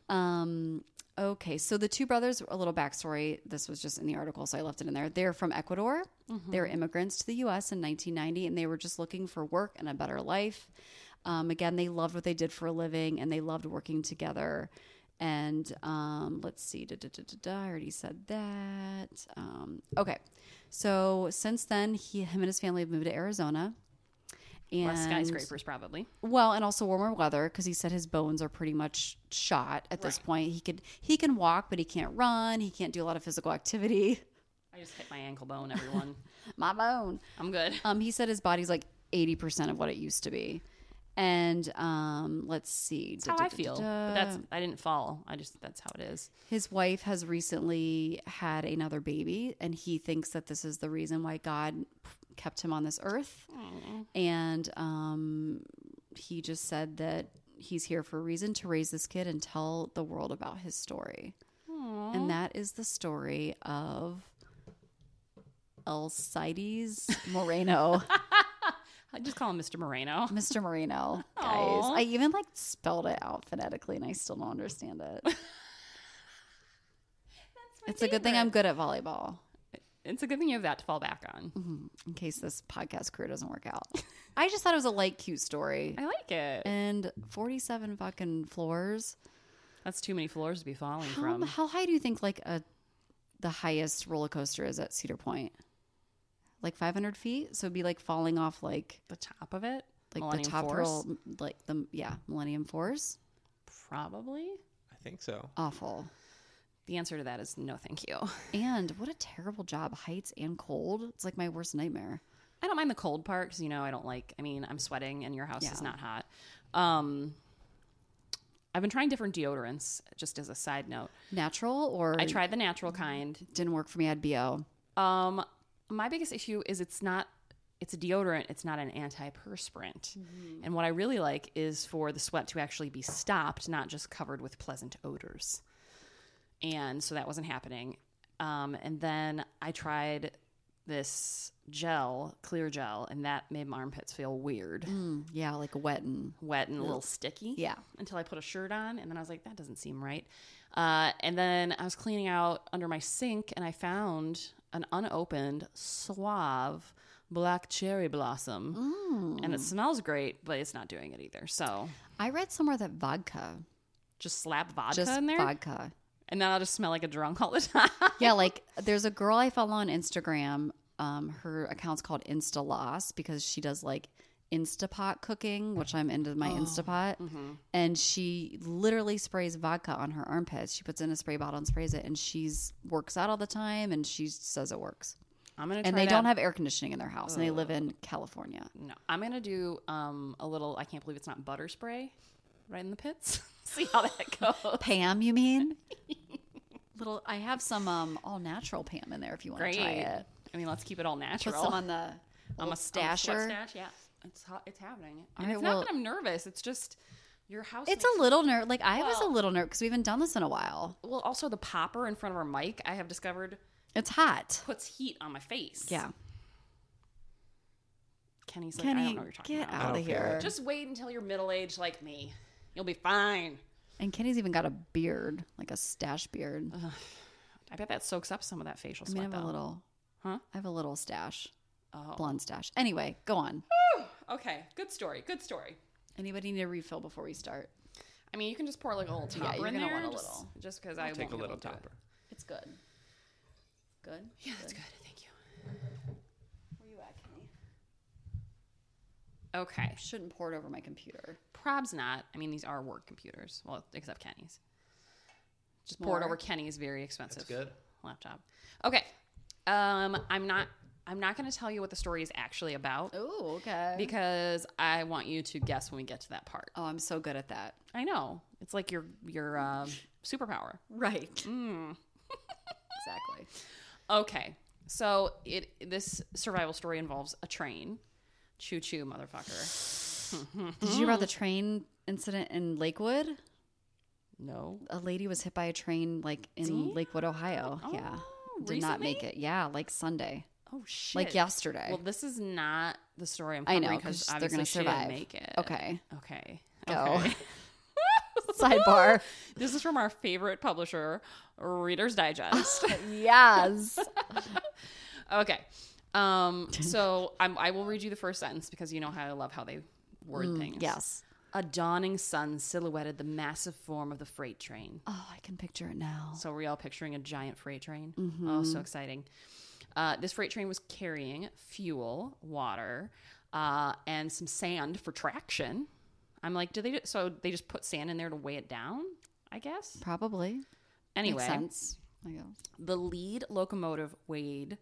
B: Um, okay, so the two brothers, a little backstory. This was just in the article, so I left it in there. They're from Ecuador. They were immigrants to the U.S. in 1990, and they were just looking for work and a better life. Um, again, they loved what they did for a living, and they loved working together. And um, let's see, da, da, da, da, da, I already said that. Um, okay, so since then, he, him, and his family have moved to Arizona. And
C: Less skyscrapers, probably.
B: well, and also warmer weather because he said his bones are pretty much shot at this point. He could he can walk, but he can't run. He can't do a lot of physical activity.
C: I just hit my ankle bone, everyone.
B: My bone.
C: I'm good.
B: Um, he said his body's like eighty percent of what it used to be, and um, let's see.
C: That's how I feel. But that's I didn't fall. I just that's how it is.
B: His wife has recently had another baby, and he thinks that this is the reason why God kept him on this earth. And um, he just said that he's here for a reason to raise this kid and tell the world about his story. And that is the story of Alcides Moreno,
C: I just call him Mr. Moreno.
B: Mr. Moreno. Guys,
C: Aw.
B: I even like spelled it out phonetically, and I still don't understand it. It's a good thing I'm good at volleyball.
C: It's a good thing you have that to fall back on.
B: in case this podcast career doesn't work out. I just thought it was a light, cute story.
C: I like it.
B: And 47 fucking floors.
C: That's too many floors to be falling
B: How,
C: from.
B: how high do you think like a the highest roller coaster is at Cedar Point? Like 500 feet? So it'd be like falling off like
C: The top of it,
B: like
C: Millennium
B: the top
C: Force?
B: roll, like the yeah Millennium Force.
C: Probably.
D: I think so.
B: Awful.
C: The answer to that is no, thank you.
B: And what a terrible job. Heights and cold. It's like my worst nightmare.
C: I don't mind the cold part because you know I don't like. I mean, I'm sweating and your house is
B: Yeah.
C: not hot. Um, I've been trying different deodorants. Just as a side note,
B: Natural or
C: I tried the natural
B: Mm-hmm.
C: kind.
B: didn't work for me. I had bo.
C: Um, my biggest issue is it's not. It's a deodorant. It's not an antiperspirant. And what I really like is for the sweat to actually be stopped, not just covered with pleasant odors. And so that wasn't happening. Um, and then I tried this gel, clear gel, and that made my armpits feel weird
B: Mm, yeah, like wet and
C: wet and a little sticky.
B: Yeah.
C: Until I put a shirt on, and then I was like, that doesn't seem right. Uh, and then I was cleaning out under my sink, and I found an unopened Suave black cherry
B: Mm.
C: blossom, and it smells great, but it's not doing it either. So
B: I read somewhere that vodka
C: just slap vodka
B: just
C: in there,
B: vodka.
C: and then I'll just smell like a drunk all the time.
B: Yeah, like there's a girl I follow on Instagram Um, her account's called Insta Loss because she does like Instapot cooking, which I'm into my
C: Oh,
B: Instapot.
C: mm-hmm.
B: And she literally sprays vodka on her armpits. She puts in a spray bottle and sprays it, and she's works out all the time, and she says it works.
C: I'm gonna. Try
B: And they
C: to-
B: don't have air conditioning in their house, and they live in California.
C: No, I'm gonna do um a little. I can't believe it's not butter spray, right in the pits. See how that goes.
B: Pam, you mean? Little, I have some um, all natural Pam in there if you want
C: Great.
B: to try it.
C: I mean, let's keep it all
B: Put
C: natural.
B: some on the
C: I'm a
B: little
C: stasher.
B: stasher.
C: stash, yeah. It's hot, it's happening.
B: All
C: And
B: right,
C: it's
B: well-
C: not that I'm nervous. It's just your house.
B: It's
C: makes-
B: a little nerve. Like I was a
C: Well-
B: little nerve because we haven't done this in a while.
C: well. Also, the popper in front of our mic, I have discovered,
B: It's hot.
C: puts heat on my face.
B: Yeah.
C: Kenny's like, I don't
B: Kenny,
C: know what you're talking
B: get
C: about.
B: out
D: don't
B: of
D: feel
B: here.
D: it.
C: Just wait until you're middle aged like me. You'll be fine.
B: and Kenny's even got a beard, like a stash beard.
C: I bet that soaks up some of that facial
B: I mean, I
C: Oh, sweat.
B: have a
C: though.
B: little.
C: Huh?
B: I have a little stash,
C: Oh.
B: blonde stash. Anyway, go on.
C: Okay, good story. Good story.
B: Anybody need a refill before we start?
C: I mean, you can just pour like a little
B: Yeah,
C: topper
B: you're
C: in
B: gonna
C: there,
B: want a
C: just-
B: little.
C: just because I
D: Take
C: won't
D: a
C: be
D: little
C: able to do it.
D: topper.
B: It's good. Good.
C: Yeah, that's good. Thank you.
B: Where you at, Kenny?
C: Okay,
B: Shouldn't pour it over my computer.
C: prob's not. I mean, these are work computers. Well, except Kenny's. Just pour it
B: More.
C: over Kenny's very expensive
D: good.
C: laptop. Okay, um, I'm not. I'm not going to tell you what the story is actually about
B: Oh, okay.
C: because I want you to guess when we get to that part.
B: oh, I'm so good at that.
C: I know it's like your your um, superpower.
B: Right. Mm. exactly.
C: Okay. So it this survival story involves a train. Choo choo, motherfucker.
B: Did you hear
C: Mm.
B: about the train incident in Lakewood?
C: No.
B: A lady was hit by a train like in Lakewood, Ohio. yeah. Did not make it. Yeah, like Sunday.
C: Oh shit.
B: Like yesterday.
C: Well, this is not the story I'm
B: I
C: covering
B: know, 'cause
C: because
B: they're
C: obviously
B: gonna
C: she didn't
B: survive.
C: make it.
B: Okay.
C: Okay.
B: Go.
C: Okay.
B: Sidebar.
C: this is from our favorite publisher, Reader's Digest.
B: yes.
C: okay. Um, so I'm, I will read you the first sentence because you know how I love how they word things.
B: Mm, yes.
C: A dawning sun silhouetted the massive form of the freight train.
B: Oh, I can picture it now.
C: So we're all picturing a giant freight train.
B: Mm-hmm.
C: Oh, so exciting. Uh, this freight train was carrying fuel, water, uh, and some sand for traction. I'm like, do they? Just, so they just put sand in there to weigh it down? I guess.
B: Probably.
C: Anyway,
B: Makes sense. I go.
C: the lead locomotive weighed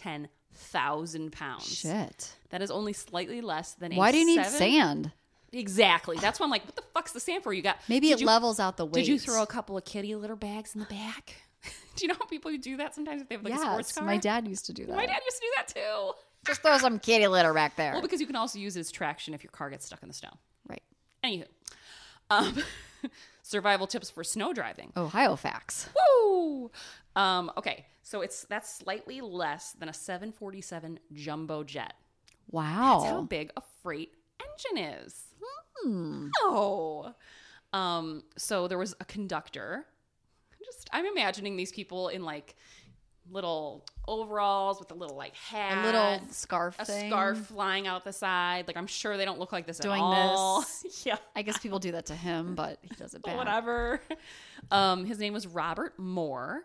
C: 410,000 pounds.
B: Shit.
C: That is only slightly less than. a
B: Why do you need
C: seven-
B: sand?
C: Exactly. That's why I'm like, what the fuck's the sand for? You got
B: Maybe
C: Did
B: it
C: you-
B: levels out the weight.
C: Did you throw a couple of kitty litter bags in the back? do you know how people who do that sometimes if they have like
B: yes,
C: a sports car?
B: my dad used to do that.
C: My dad used to do that too.
B: Just throw some kitty litter back there.
C: Well, because you can also use it as traction if your car gets stuck in the snow.
B: right.
C: Anywho, um, survival tips for snow driving.
B: Ohio facts.
C: Woo! Um, okay, so it's that's slightly less than a 747 jumbo jet.
B: Wow.
C: That's how big a freight engine is.
B: Hmm.
C: Oh. Um, so there was a conductor. Just I'm imagining these people in like little overalls with a little like hat.
B: a little scarf
C: a
B: thing.
C: scarf flying out the side. Like I'm sure they don't look like this
B: Doing
C: at all. yeah.
B: I guess people do that to him, but he does it back.
C: Whatever. Um, his name was Robert Moore,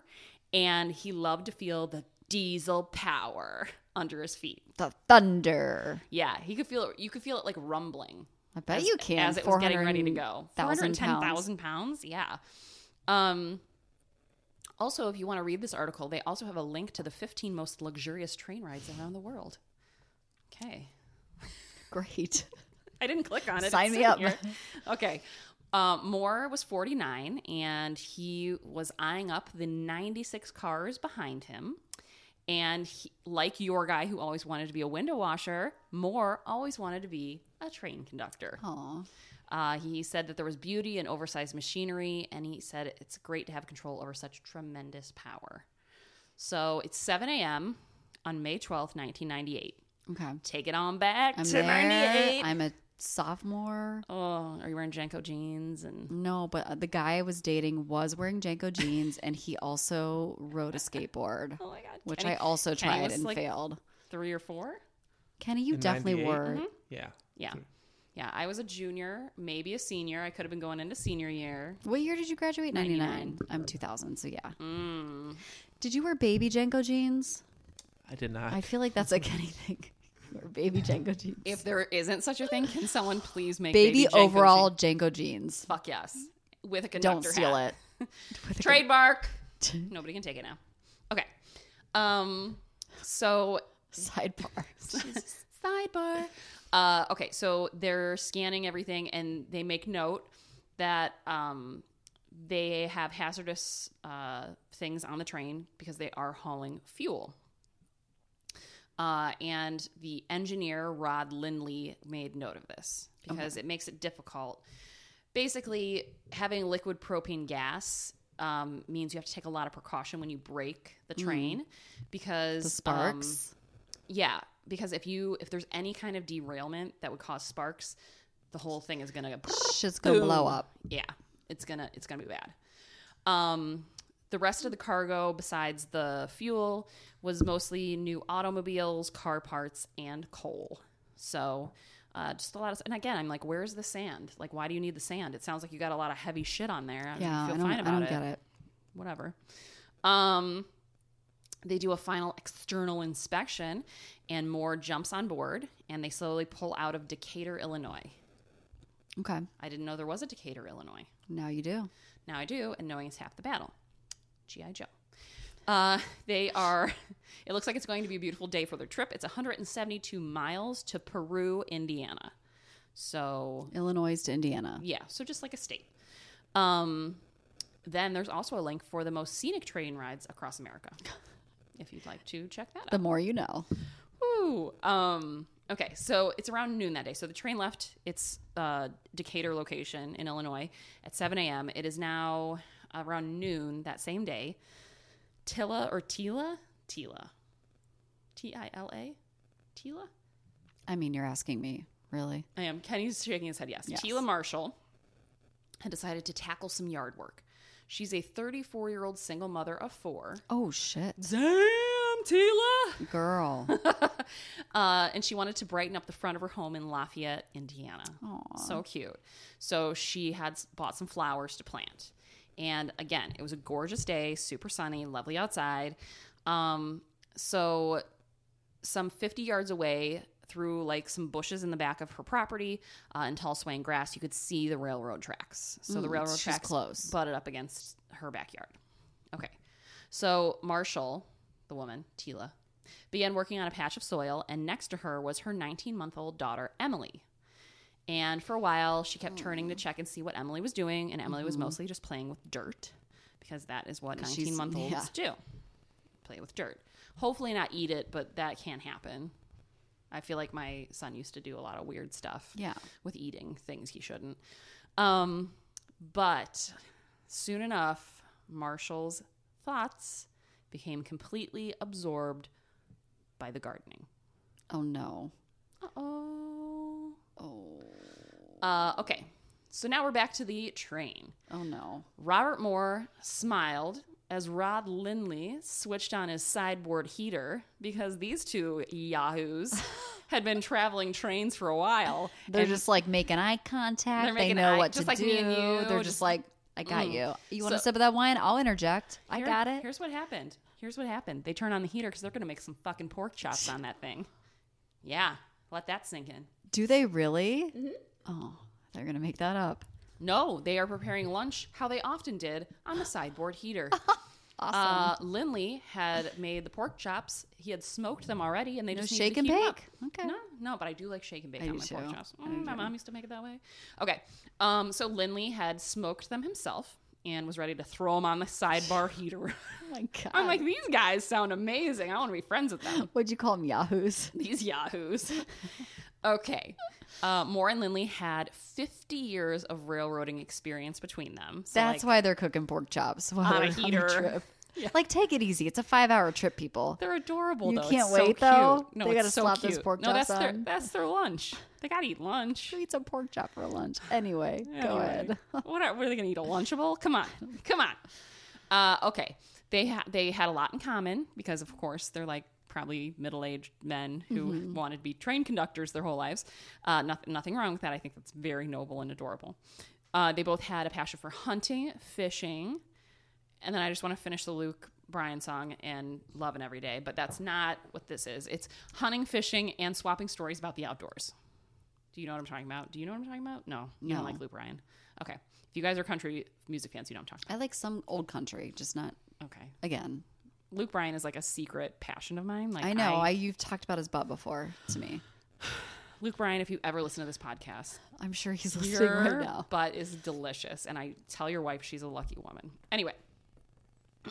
C: and he loved to feel the diesel power under his feet.
B: The thunder.
C: Yeah, he could feel it. You could feel it like rumbling.
B: I bet you can.
C: as it was getting ready to go.
B: 400,000
C: 410,000 pounds. Yeah. Um, also, if you want to read this article, they also have a link to the 15 most luxurious train rides around the world. Okay.
B: Great.
C: I didn't click on it. It's
B: Sign me
C: sitting
B: up.
C: here. Okay. Um, Moore was 49 and he was eyeing up the 96 cars behind him. And he, like your guy who always wanted to be a window washer, Moore always wanted to be a train conductor.
B: Aw.
C: Uh, he said that there was beauty in oversized machinery, and he said it's great to have control over such tremendous power. So it's 7 a.m. on May 12th, 1998.
B: Okay. I'm
C: Take it on back to
B: there.
C: 98.
B: I'm a sophomore.
C: Oh, are you wearing Janko jeans? And
B: No, but uh, the guy I was dating was wearing Janko jeans, and he also rode a skateboard,
C: oh my god,
B: which
C: Kenny-
B: I also
C: Kenny
B: tried
C: was,
B: and
C: like,
B: failed.
C: Three or four?
B: Kenny, you
D: In
B: definitely
D: 98?
B: were.
C: Mm-hmm.
D: Yeah.
C: Yeah, yeah. I was a junior, maybe a senior. I could have been going into senior year.
B: What year did you graduate?
C: Mm.
B: 99. I'm 2000, so yeah. Did you wear baby Janko jeans?
D: I did not.
B: I feel like that's like anything. or baby Django jeans.
C: If there isn't such a thing, can someone please make
B: baby,
C: baby, Jenko
B: overall
C: jeans?
B: Django jeans.
C: Fuck yes, with a
B: Don't
C: conductor.
B: steal
C: hat.
B: it. With a-
C: Trademark. Nobody can take it now. Okay. Um. So
B: Sidebar.
C: sidebar. Uh. Okay. So they're scanning everything, and they make note that um they have hazardous uh things on the train because they are hauling fuel. Uh, and the engineer Rod Lindley made note of this because it makes it difficult. Basically, having liquid propane gas um, means you have to take a lot of precaution when you brake the train
B: Mm.
C: because
B: The
C: um,
B: sparks.
C: yeah, because if you if there's any kind of derailment that would cause sparks, the whole thing is gonna
B: Shit's gonna blow
C: boom.
B: up.
C: Yeah, it's gonna it's gonna be bad. Um, the rest of the cargo, besides the fuel, was mostly new automobiles, car parts, and coal. So. Uh, just a lot of, and again, I'm like, where's the sand? Like, why do you need the sand? It sounds like you got a lot of heavy shit on there. I
B: Yeah,
C: feel
B: I don't,
C: fine
B: I
C: about
B: don't
C: it
B: get it.
C: whatever. Um, they do a final external inspection, and Moore jumps on board, and they slowly pull out of Decatur, Illinois.
B: Okay,
C: I didn't know there was a Decatur, Illinois.
B: now you do.
C: Now I do, and knowing is half the battle. G.I. Joe. Uh, they are, it looks like it's going to be a beautiful day for their trip. It's 172 miles to Peru, Indiana. So
B: Illinois to Indiana.
C: yeah, so just like a state. Um, then there's also a link for the most scenic train rides across America, if you'd like to check that
B: The
C: out.
B: more you know.
C: Ooh. Um, okay, so it's around noon that day. So the train left its uh, Decatur location in Illinois at 7 a.m. It is now around noon that same day. Tilla or Tila? Tila. T I L A? Tila?
B: I mean, you're asking me, really?
C: I am. Kenny's Um, shaking his head. Yes.
B: Yes.
C: Tila Marshall had decided to tackle some yard work. She's a 34 year old single mother of four.
B: Oh shit,
C: Damn, Tila!
B: girl.
C: Uh, and she wanted to brighten up the front of her home in Lafayette, Indiana. So cute. So she had s- bought some flowers to plant. And again, it was a gorgeous day, super sunny, lovely outside. Um, so some 50 yards away through like some bushes in the back of her property uh, and tall swaying grass you could see the railroad tracks so the railroad
B: Mm, she's
C: tracks
B: close.
C: butted up against her backyard okay so marshall the woman tila began working on a patch of soil and next to her was her 19 month old daughter emily and for a while she kept turning to check and see what emily was doing and emily was mostly just playing with dirt because that is what
B: 'Cause Mm-hmm. she's-
C: 19 month olds
B: yeah.
C: do play with dirt. Hopefully not eat it, but that can happen. I feel like my son used to do a lot of weird stuff
B: Yeah.
C: with eating things he shouldn't. Um, but soon enough, Marshall's thoughts became completely absorbed by the gardening.
B: Oh no.
C: Uh-oh.
B: Oh.
C: Uh, okay. So now we're back to the train.
B: Oh no.
C: Robert Moore smiled as Rod Lindley switched on his sideboard heater because these two yahoos had been traveling trains for a while.
B: They're just like making eye contact.
C: They're
B: they
C: making
B: know
C: eye-
B: what
C: just
B: to
C: like
B: do.
C: me and you,
B: They're just,
C: just-
B: like, I got
C: Mm.
B: you. You want a
C: So-
B: sip of that wine? I'll interject. I
C: Here-
B: got it.
C: Here's what happened. Here's what happened. They turned on the heater because they're going to make some fucking pork chops on that thing. Yeah, let that sink in.
B: Do they really? Oh, they're gonna make that up.
C: No, they are preparing lunch how they often did on the sideboard heater.
B: Awesome.
C: Uh, Lindley had made the pork chops. He had smoked them already, and they
B: No
C: just
B: shake
C: needed to
B: and
C: heat 'em
B: bake.
C: Up.
B: Okay.
C: No, no, but I do like shake and bake
B: I
C: on
B: do
C: my pork
B: too.
C: chops.
B: I do
C: Mm, my
B: too.
C: mom used to make it that way. Okay, um, so Lindley had smoked them himself and was ready to throw them on the sidebar heater.
B: oh my god.
C: I'm like, these guys sound amazing. I want to be friends with them.
B: What'd you call them? Yahoos.
C: These yahoos. okay. Uh, Moore and Lindley had 50 years of railroading experience between them. So
B: That's
C: like,
B: why they're cooking pork chops while
C: On a
B: they're
C: heater.
B: on a trip. Like, take it easy. It's a five-hour trip, people.
C: They're adorable.
B: You
C: though.
B: can't
C: It's so
B: wait, though?
C: cute. No,
B: They
C: it's
B: gotta
C: so
B: slap
C: cute.
B: those pork
C: No, that's
B: chops
C: their
B: on.
C: that's their lunch. They gotta eat lunch.
B: Who eats a pork chop for lunch? Anyway, go ahead.
C: what are, what are they gonna eat? A lunchable? Come on, come on. Uh, okay, they ha- they had a lot in common because of course they're like probably middle aged men who
B: Mm-hmm.
C: wanted to be train conductors their whole lives. Uh, nothing nothing wrong with that. I think that's very noble and adorable. Uh, they both had a passion for hunting, fishing, and then I just want to finish the Luke Brian song and Lovin' Every Day, but that's not what this is. It's hunting, fishing, and swapping stories about the outdoors. Do you know what I'm talking about? Do you know what I'm talking about? No. You don't
B: No.
C: like Lou Bryan. Okay. If you guys are country music fans, you know what I'm
B: I
C: talking
B: like some old country, just not
C: about. Okay.
B: again.
C: Luke Bryan is like a secret passion of mine. Like
B: I know. I, you've talked about his butt before to me.
C: Luke Bryan, if you ever listen to this podcast,
B: I'm sure he's listening
C: your
B: right now.
C: butt is delicious. And I tell your wife she's a lucky woman. Anyway.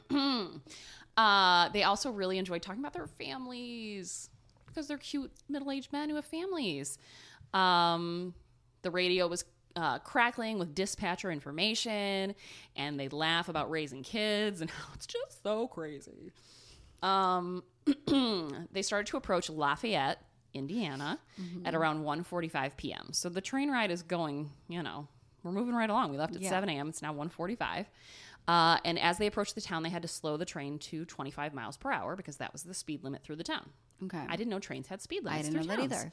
C: uh, they also really enjoy talking about their families because they're cute middle aged men who have families. Um, the radio was uh, crackling with dispatcher information, and they laugh about raising kids and how it's just so crazy. Um, they started to approach Lafayette, Indiana,
B: Mm-hmm.
C: at around 1.45 p.m. So the train ride is going, you know, we're moving right along. We left at 7 a.m. It's now 1.45. Uh, and as they approached the town, they had to slow the train to 25 miles per hour because that was the speed limit through the town.
B: Okay.
C: I didn't know trains had speed limits.
B: didn't
C: through
B: know that
C: towns.
B: either.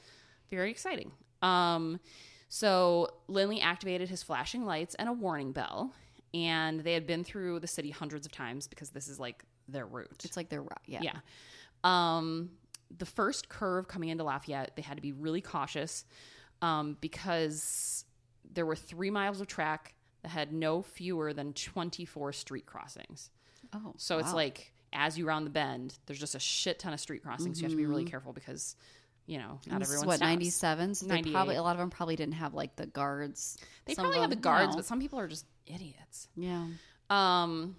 C: Very exciting. Um, so Lindley activated his flashing lights and a warning bell, and they had been through the city hundreds of times because this is like their route.
B: It's like they're ro- yeah.
C: yeah. Um, the first curve coming into Lafayette, they had to be really cautious um, because there were three miles of track that had no fewer than 24 street crossings.
B: Oh,
C: So it's
B: wow.
C: like as you round the bend, there's just a shit ton of street crossings. You have to be really careful because, you know, not
B: Mm-hmm. And this is
C: everyone's
B: what 97. So they
C: 98.
B: probably a lot of them probably didn't have like the guards.
C: They
B: Some of
C: probably have the
B: them,
C: guards,
B: no.
C: but some people are just idiots.
B: yeah.
C: Um,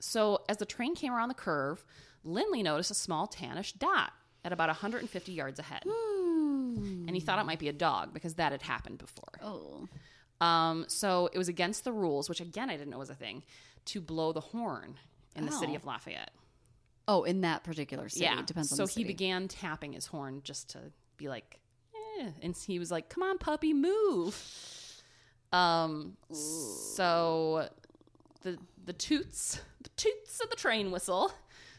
C: so as the train came around the curve, Lindley noticed a small tannish dot at about 150 yards ahead, and he thought it might be a dog because that had happened before.
B: Oh,
C: Um, so it was against the rules, which again I didn't know was a thing, to blow the horn in the city
B: Oh.
C: of Lafayette.
B: oh, in that particular city,
C: Yeah,
B: depends on
C: So
B: the city.
C: he began tapping his horn just to be like, eh. and he was like, "Come on, puppy, move." Um. So the the toots the toots of the train whistle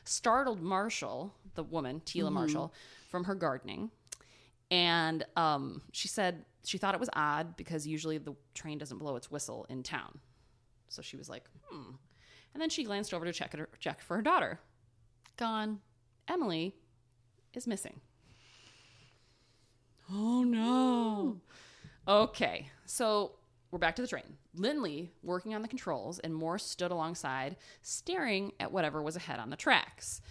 C: startled Marshall, the woman Tila
B: Mm-hmm.
C: Marshall, from her gardening, and um, she said she thought it was odd because usually the train doesn't blow its whistle in town, so she was like, "Hmm." And then she glanced over to check at her, check for her daughter,
B: gone.
C: Emily is missing. Oh no. Okay, so we're back to the train. Lindley, working on the controls, and Morse stood alongside, staring at whatever was ahead on the tracks.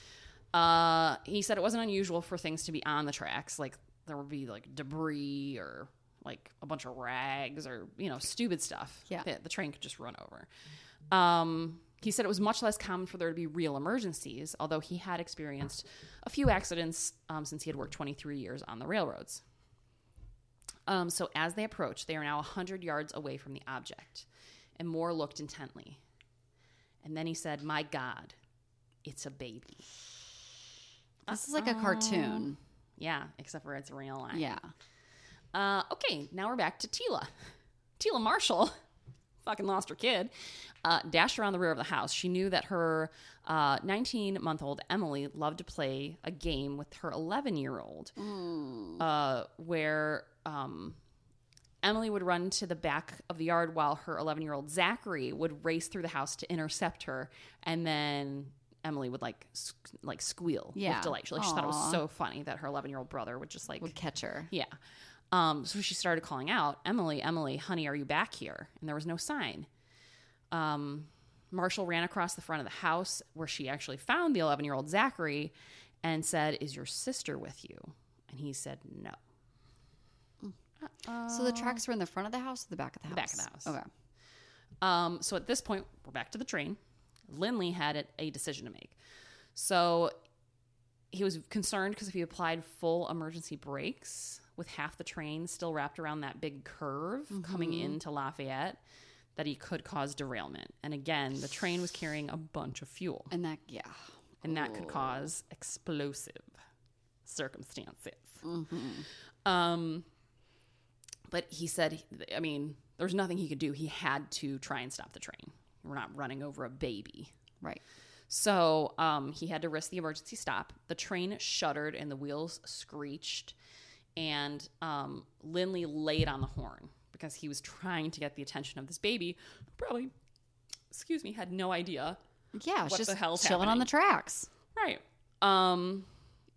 C: Uh, he said it wasn't unusual for things to be on the tracks, like there would be like debris or like a bunch of rags or you know stupid stuff
B: Yeah.
C: that the train could just run over. Um, he said it was much less common for there to be real emergencies, although he had experienced a few accidents um, since he had worked 23 years on the railroads. Um, so as they approached, they are now 100 yards away from the object, and Moore looked intently. And then he said, My God, it's a baby.
B: This is like a cartoon.
C: Yeah, except for it's a real lion.
B: Yeah.
C: Uh, okay, now we're back to Tila. Tila Marshall fucking lost her kid. Uh, dashed around the rear of the house. She knew that her 19 month old Emily loved to play a game with her 11 year old
B: Hmm.
C: uh, where um, Emily would run to the back of the yard while her 11 year old Zachary would race through the house to intercept her. And then Emily would like s- like squeal
B: Yeah.
C: with delight. She, like, she thought it was
B: Aw.
C: so funny that her 11 year old brother would just like
B: Would catch her.
C: yeah. Um, so she started calling out, Emily, Emily, honey, are you back here? And there was no sign. Um, Marshall ran across the front of the house where she actually found the 11 year old Zachary and said, Is your sister with you? And he said, No.
B: So the tracks were in the front of the house or the back of the house?
C: back of the house.
B: Okay.
C: Um, so at this point, we're back to the train. Lindley had a- a decision to make. So he was concerned because if he applied full emergency brakes with half the train still wrapped around that big curve coming into Lafayette, that he could cause derailment. And again, the train was carrying a bunch of fuel,
B: And that, yeah.
C: and that could cause explosive circumstances. Um, but he said, I mean, there was nothing he could do. He had to try and stop the train. We're not running over a baby.
B: Right.
C: So um, he had to risk the emergency stop. The train shuddered and the wheels screeched. And um, Lindley laid on the horn because he was trying to get the attention of this baby. who Probably, excuse me, had no idea
B: Yeah, it's
C: What
B: just
C: the hell's
B: chilling on the tracks.
C: Right. Um,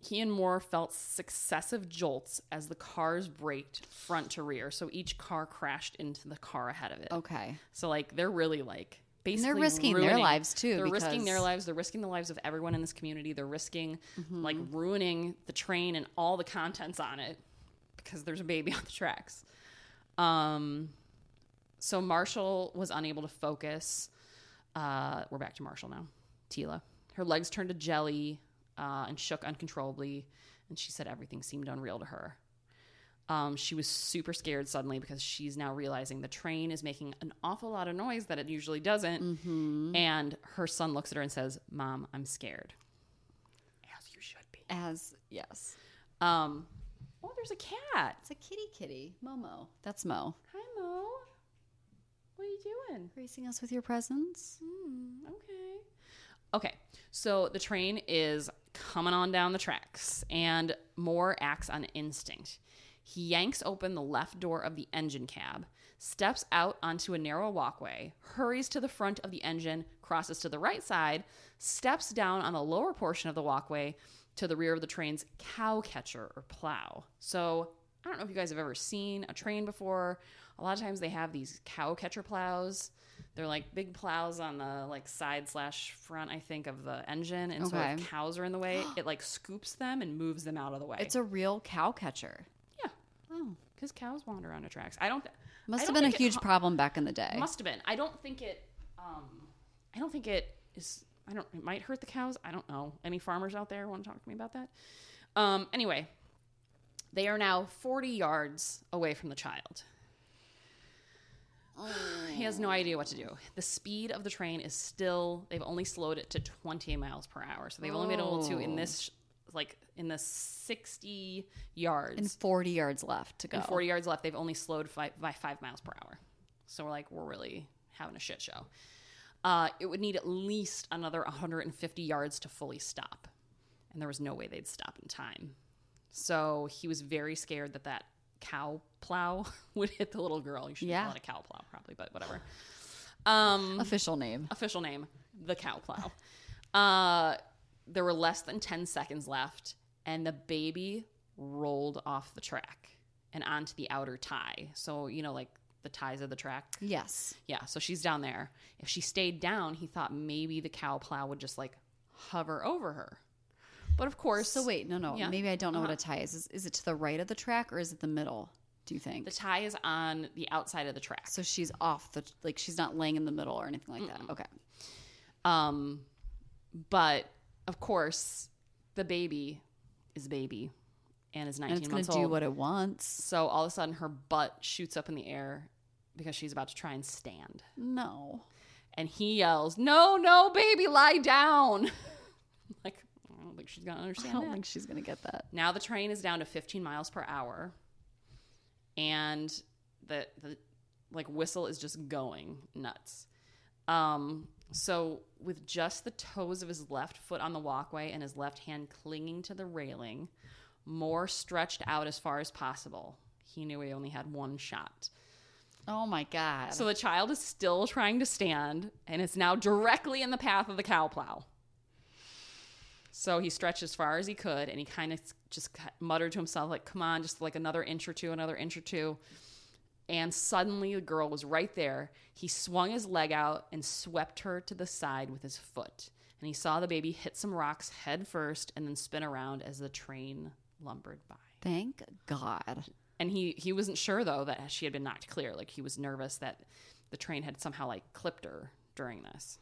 C: he and Moore felt successive jolts as the cars braked front to rear, so each car crashed into the car ahead of it.
B: Okay.
C: So like they're really like basically
B: risking their
C: ruining-
B: lives, too,
C: They're risking their
B: because- Mm-hmm.
C: lives. They're risking the lives of everyone in this community. They're risking like ruining the train and all the contents on it because there's a baby on the tracks. Um, so Marshall was unable to focus. Uh, we're back to Marshall now. Tila, her legs turned to jelly uh, and shook uncontrollably, and she said everything seemed unreal to her. Um, she was super scared suddenly because she's now realizing the train is making an awful lot of noise that it usually doesn't. Mm-hmm. And her son looks at her and says, Mom, I'm scared. As you should be.
B: As yes,
C: Um, oh, there's a cat.
B: it's a kitty kitty Momo. That's Mo
C: Hi, Mo. What are you doing?
B: gracing us with your presence.
C: Hmm, okay. Okay. So the train is coming on down the tracks, and Moore acts on instinct. He yanks open the left door of the engine cab, steps out onto a narrow walkway, hurries to the front of the engine, crosses to the right side, steps down on a lower portion of the walkway to the rear of the train's cow catcher or plow. So I don't know if you guys have ever seen a train before. A lot of times they have these cow catcher plows. They're like big plows on the like side slash front, I think, of the engine. And so
B: Okay.
C: if cows are in the way, it like scoops them and moves them out of the way.
B: It's a real cow catcher.
C: yeah,
B: Oh,
C: because cows wander onto tracks. I don't. Th-
B: must
C: I
B: have
C: don't
B: been a
C: think it
B: huge
C: ha-
B: problem back in the day.
C: Must have been. I don't think it. Um, I don't think it is. I don't. It might hurt the cows. I don't know. Any farmers out there want to talk to me about that? Um, anyway, they are now forty yards away from the child. He has no idea what to do. The speed of the train is still. They've only slowed it to twenty miles per hour, so they've only been able to in this like in the sixty yards
B: and forty yards left to go.
C: and 40 yards left. They've only slowed fi- by five miles per hour. So we're like, we're really having a shit show. Uh, it would need at least another 150 yards to fully stop. And there was no way they'd stop in time. So he was very scared that that cow plow would hit the little girl. You should
B: Yeah.
C: call it a cow plow, probably, but whatever. Um,
B: Official name.
C: official name, the cow plow. Uh, there were less than 10 seconds left, and the baby rolled off the track and onto the outer tie. So, you know, like the ties of the track.
B: Yes.
C: Yeah, so she's down there. If she stayed down, he thought maybe the cow plow would just like hover over her. But of course,
B: So wait, no, no.
C: Yeah. Uh-huh.
B: Maybe I don't know what a tie is. is. Is it to the right of the track or is it the middle? Do you think?
C: the tie is on the outside of the track.
B: so she's off the like she's not laying in the middle or anything like that. Okay.
C: Um, but of course, the baby is a baby and is 19
B: And it's gonna
C: months
B: do
C: old.
B: what it wants.
C: So all of a sudden, her butt shoots up in the air because she's about to try and stand.
B: No.
C: And he yells, No, no, baby, lie down. like, I don't think she's going to
B: I
C: understand
B: don't
C: that.
B: think she's gonna get that.
C: Now the train is down to 15 miles per hour, and the the like whistle is just going nuts. Um, so with just the toes of his left foot on the walkway and his left hand clinging to the railing, Moore stretched out as far as possible. He knew he only had one shot.
B: Oh my god.
C: So the child is still trying to stand and it's now directly in the path of the cow plow. So he stretched as far as he could and he kind of just muttered to himself, like, come on, just like another inch or two, another inch or two. And suddenly the girl was right there. He swung his leg out and swept her to the side with his foot. And he saw the baby hit some rocks head first and then spin around as the train lumbered by
B: Thank God.
C: and he he wasn't sure though that she had been knocked clear like he was nervous that the train had somehow like clipped her during this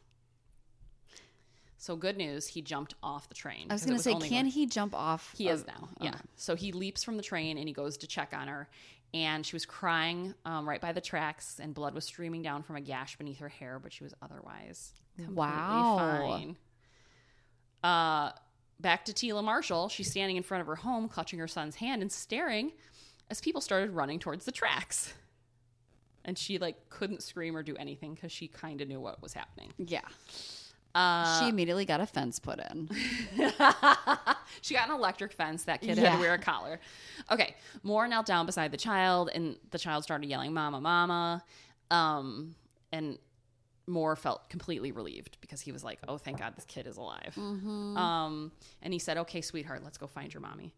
C: so good news he jumped off the train
B: I was
C: 'cause it
B: gonna say,
C: only
B: can
C: one-
B: he Oh. jump off?
C: he
B: of-
C: is now yeah so he leaps from the train and he goes to check on her and she was crying um, right by the tracks and blood was streaming down from a gash beneath her hair but she was otherwise completely
B: Wow.
C: fine uh, back to Tila Marshall. She's standing in front of her home, clutching her son's hand and staring as people started running towards the tracks. And she like couldn't scream or do anything because she kind of knew what was happening.
B: Yeah.
C: Uh,
B: she immediately got a fence put in.
C: she got an electric fence. That kid had
B: Yeah.
C: to wear a collar. Okay. Moore knelt down beside the child, and the child started yelling, "Mama, mama!" Um, and Moore felt completely relieved because he was like, "Oh, thank God, this kid is alive." Um, and he said, "Okay, sweetheart, let's go find your mommy."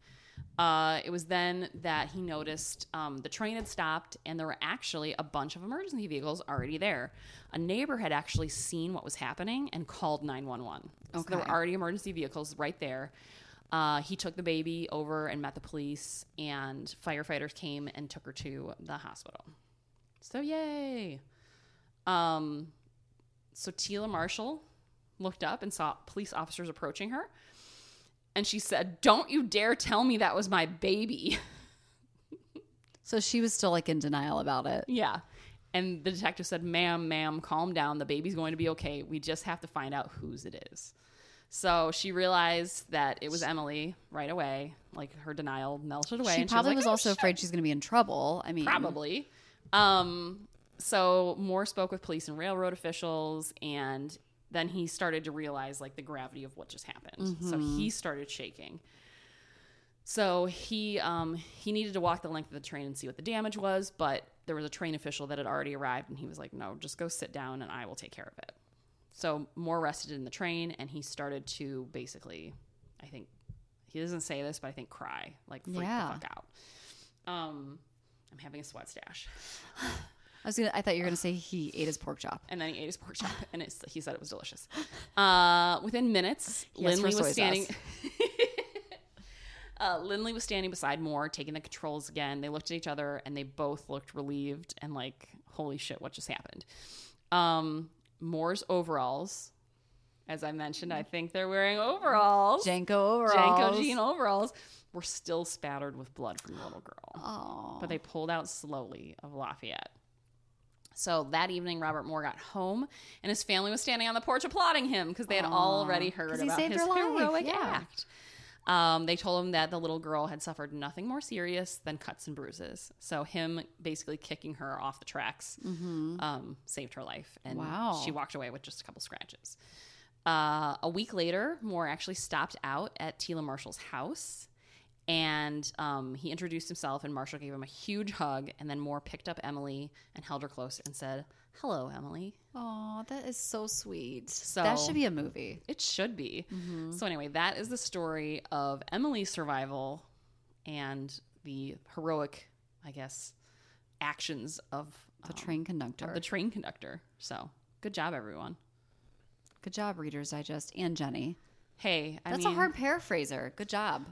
C: Uh, it was then that he noticed um, the train had stopped, and there were actually a bunch of emergency vehicles already there. A neighbor had actually seen what was happening and called nine one one. So there were
B: Okay.
C: already emergency vehicles right there. Uh, he took the baby over and met the police, and firefighters came and took her to the hospital. So yay! Um, so Tila Marshall looked up and saw police officers approaching her. And she said, Don't you dare tell me that was my baby.
B: So she was still like in denial about it.
C: yeah. And the detective said, Ma'am, ma'am, calm down. The baby's going to be okay. We just have to find out whose it is. So she realized that it was Emily right away. Like her denial melted away.
B: She
C: and
B: probably
C: she
B: was,
C: was, like, "Oh,
B: also
C: shit."
B: afraid she's going to be in trouble. I mean,
C: Probably. Um, so Moore spoke with police and railroad officials, and then he started to realize like the gravity of what just happened. So he started shaking. So he um, he needed to walk the length of the train and see what the damage was, but there was a train official that had already arrived, and he was like, "No, just go sit down, and I will take care of it." So Moore rested in the train, and he started to basically, I think, he doesn't say this, but I think cry, like freak
B: Yeah.
C: the fuck out. Um, I'm having a sweat stash.
B: I was gonna. I thought you were going to say he ate his pork chop.
C: And then he ate his pork chop, and it's, he said it was delicious. Uh, within minutes,
B: Yes,
C: Lindley
B: for
C: was
B: soy
C: standing. uh, Lindley was standing beside Moore, taking the controls again. They looked at each other, and they both looked relieved and like, "Holy shit, what just happened?" Um, Moore's overalls, as I mentioned, I think they're wearing overalls.
B: Janko overalls.
C: Janko Jean overalls were still spattered with blood from the little girl
B: Oh,
C: but they pulled out slowly of Lafayette. So that evening, Robert Moore got home, and his family was standing on the porch applauding him because they had already heard
B: 'cause he
C: about
B: saved
C: his
B: her life,
C: heroic
B: yeah.
C: act. Um, they told him that the little girl had suffered nothing more serious than cuts and bruises. So him basically kicking her off the tracks um, saved her life, and
B: Wow.
C: she walked away with just a couple scratches. Uh, a week later, Moore actually stopped out at Tila Marshall's house and um, he introduced himself, and Marshall gave him a huge hug. And then Moore picked up Emily and held her close and said, Hello, Emily.
B: oh, that is so sweet.
C: So-
B: that should be a movie.
C: It should be.
B: Mm-hmm.
C: So, anyway, that is the story of Emily's survival and the heroic, I guess, actions of
B: The
C: um,
B: train conductor.
C: of the train conductor. So, good job, everyone.
B: Good job, Reader's Digest and Jenny.
C: Hey, I
B: That's
C: mean,
B: a hard paraphraser. Good job.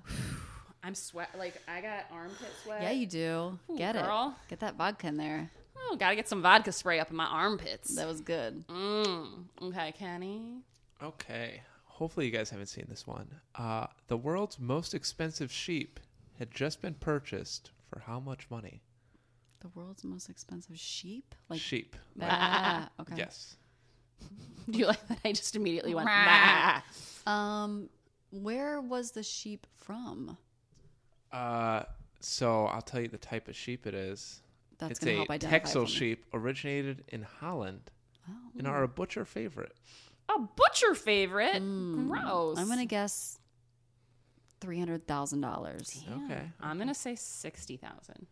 C: I'm sweat. Like, I got armpit sweat.
B: Yeah, you do.
C: Ooh,
B: Get
C: girl.
B: it. Get that vodka in there.
C: Oh, gotta get some vodka spray up in my armpits.
B: That was good.
C: Mm. Okay, Kenny.
D: Okay. Hopefully, you guys haven't seen this one. Uh, the world's most expensive sheep had just been purchased for how much money?
B: The world's most expensive sheep. Like
D: sheep.
B: ah, okay.
D: Yes.
C: Do you like that? I just immediately went.
B: Rah.
C: "Bah."
B: Um, where was the sheep from?
D: Uh, so I'll tell you the type of sheep it is.
B: That's
D: it's
B: gonna
D: a
B: help identify for
D: Texel
B: me. Oh.
D: sheep originated in Holland and are a butcher favorite.
C: A butcher favorite. Gross.
B: Mm. I'm gonna guess three hundred thousand dollars.
D: Okay.
C: I'm gonna say sixty thousand.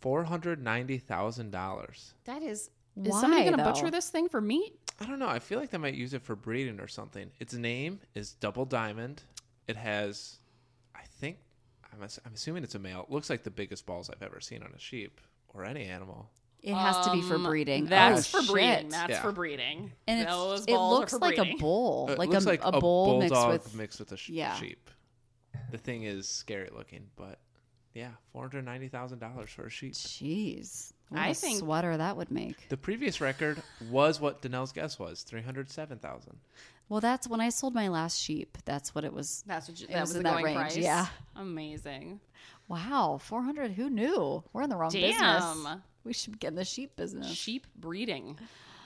D: Four hundred ninety thousand dollars.
C: That is. Is
B: Why,
C: somebody gonna
B: though?
C: butcher this thing for meat?
D: I don't know. I feel like they might use it for breeding or something. Its name is Double Diamond. It has, I think, I'm, ass- I'm assuming it's a male. It looks like the biggest balls I've ever seen on a sheep or any animal.
B: It has to be for
C: Um,
B: breeding.
C: That's
B: Oh,
C: for breeding.
B: shit.
C: That's
D: Yeah.
C: for breeding.
B: and
C: Those
B: it's, it
C: balls are
B: looks
C: for
B: like a
C: breeding.
B: bowl,
D: Uh, it
B: like,
D: looks
B: a,
D: like
B: a bowl mixed
D: bulldog
B: with.
D: mixed with a sh-
B: yeah.
D: sheep. The thing is scary looking, but yeah, four hundred ninety thousand dollars for a sheep.
B: Jeez, what
C: I
B: a
C: think-
B: sweater that would make.
D: The previous record was what Danelle's guess was three hundred seven thousand.
B: Well, that's when I sold my last sheep. That's what it was.
C: That's what you,
B: It
C: that
B: was
C: was the
B: in that
C: going
B: range,
C: price.
B: yeah.
C: Amazing.
B: Wow, four hundred. Who knew? We're in the wrong business.
C: Damn.
B: We should get in the sheep business.
C: Sheep breeding.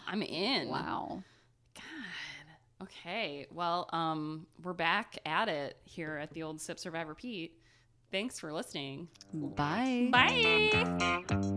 C: I'm in.
B: Wow.
C: Okay. Well, um, we're back at it here at the old Sip Survivor Pete. Thanks for listening.
B: Bye.
C: Bye.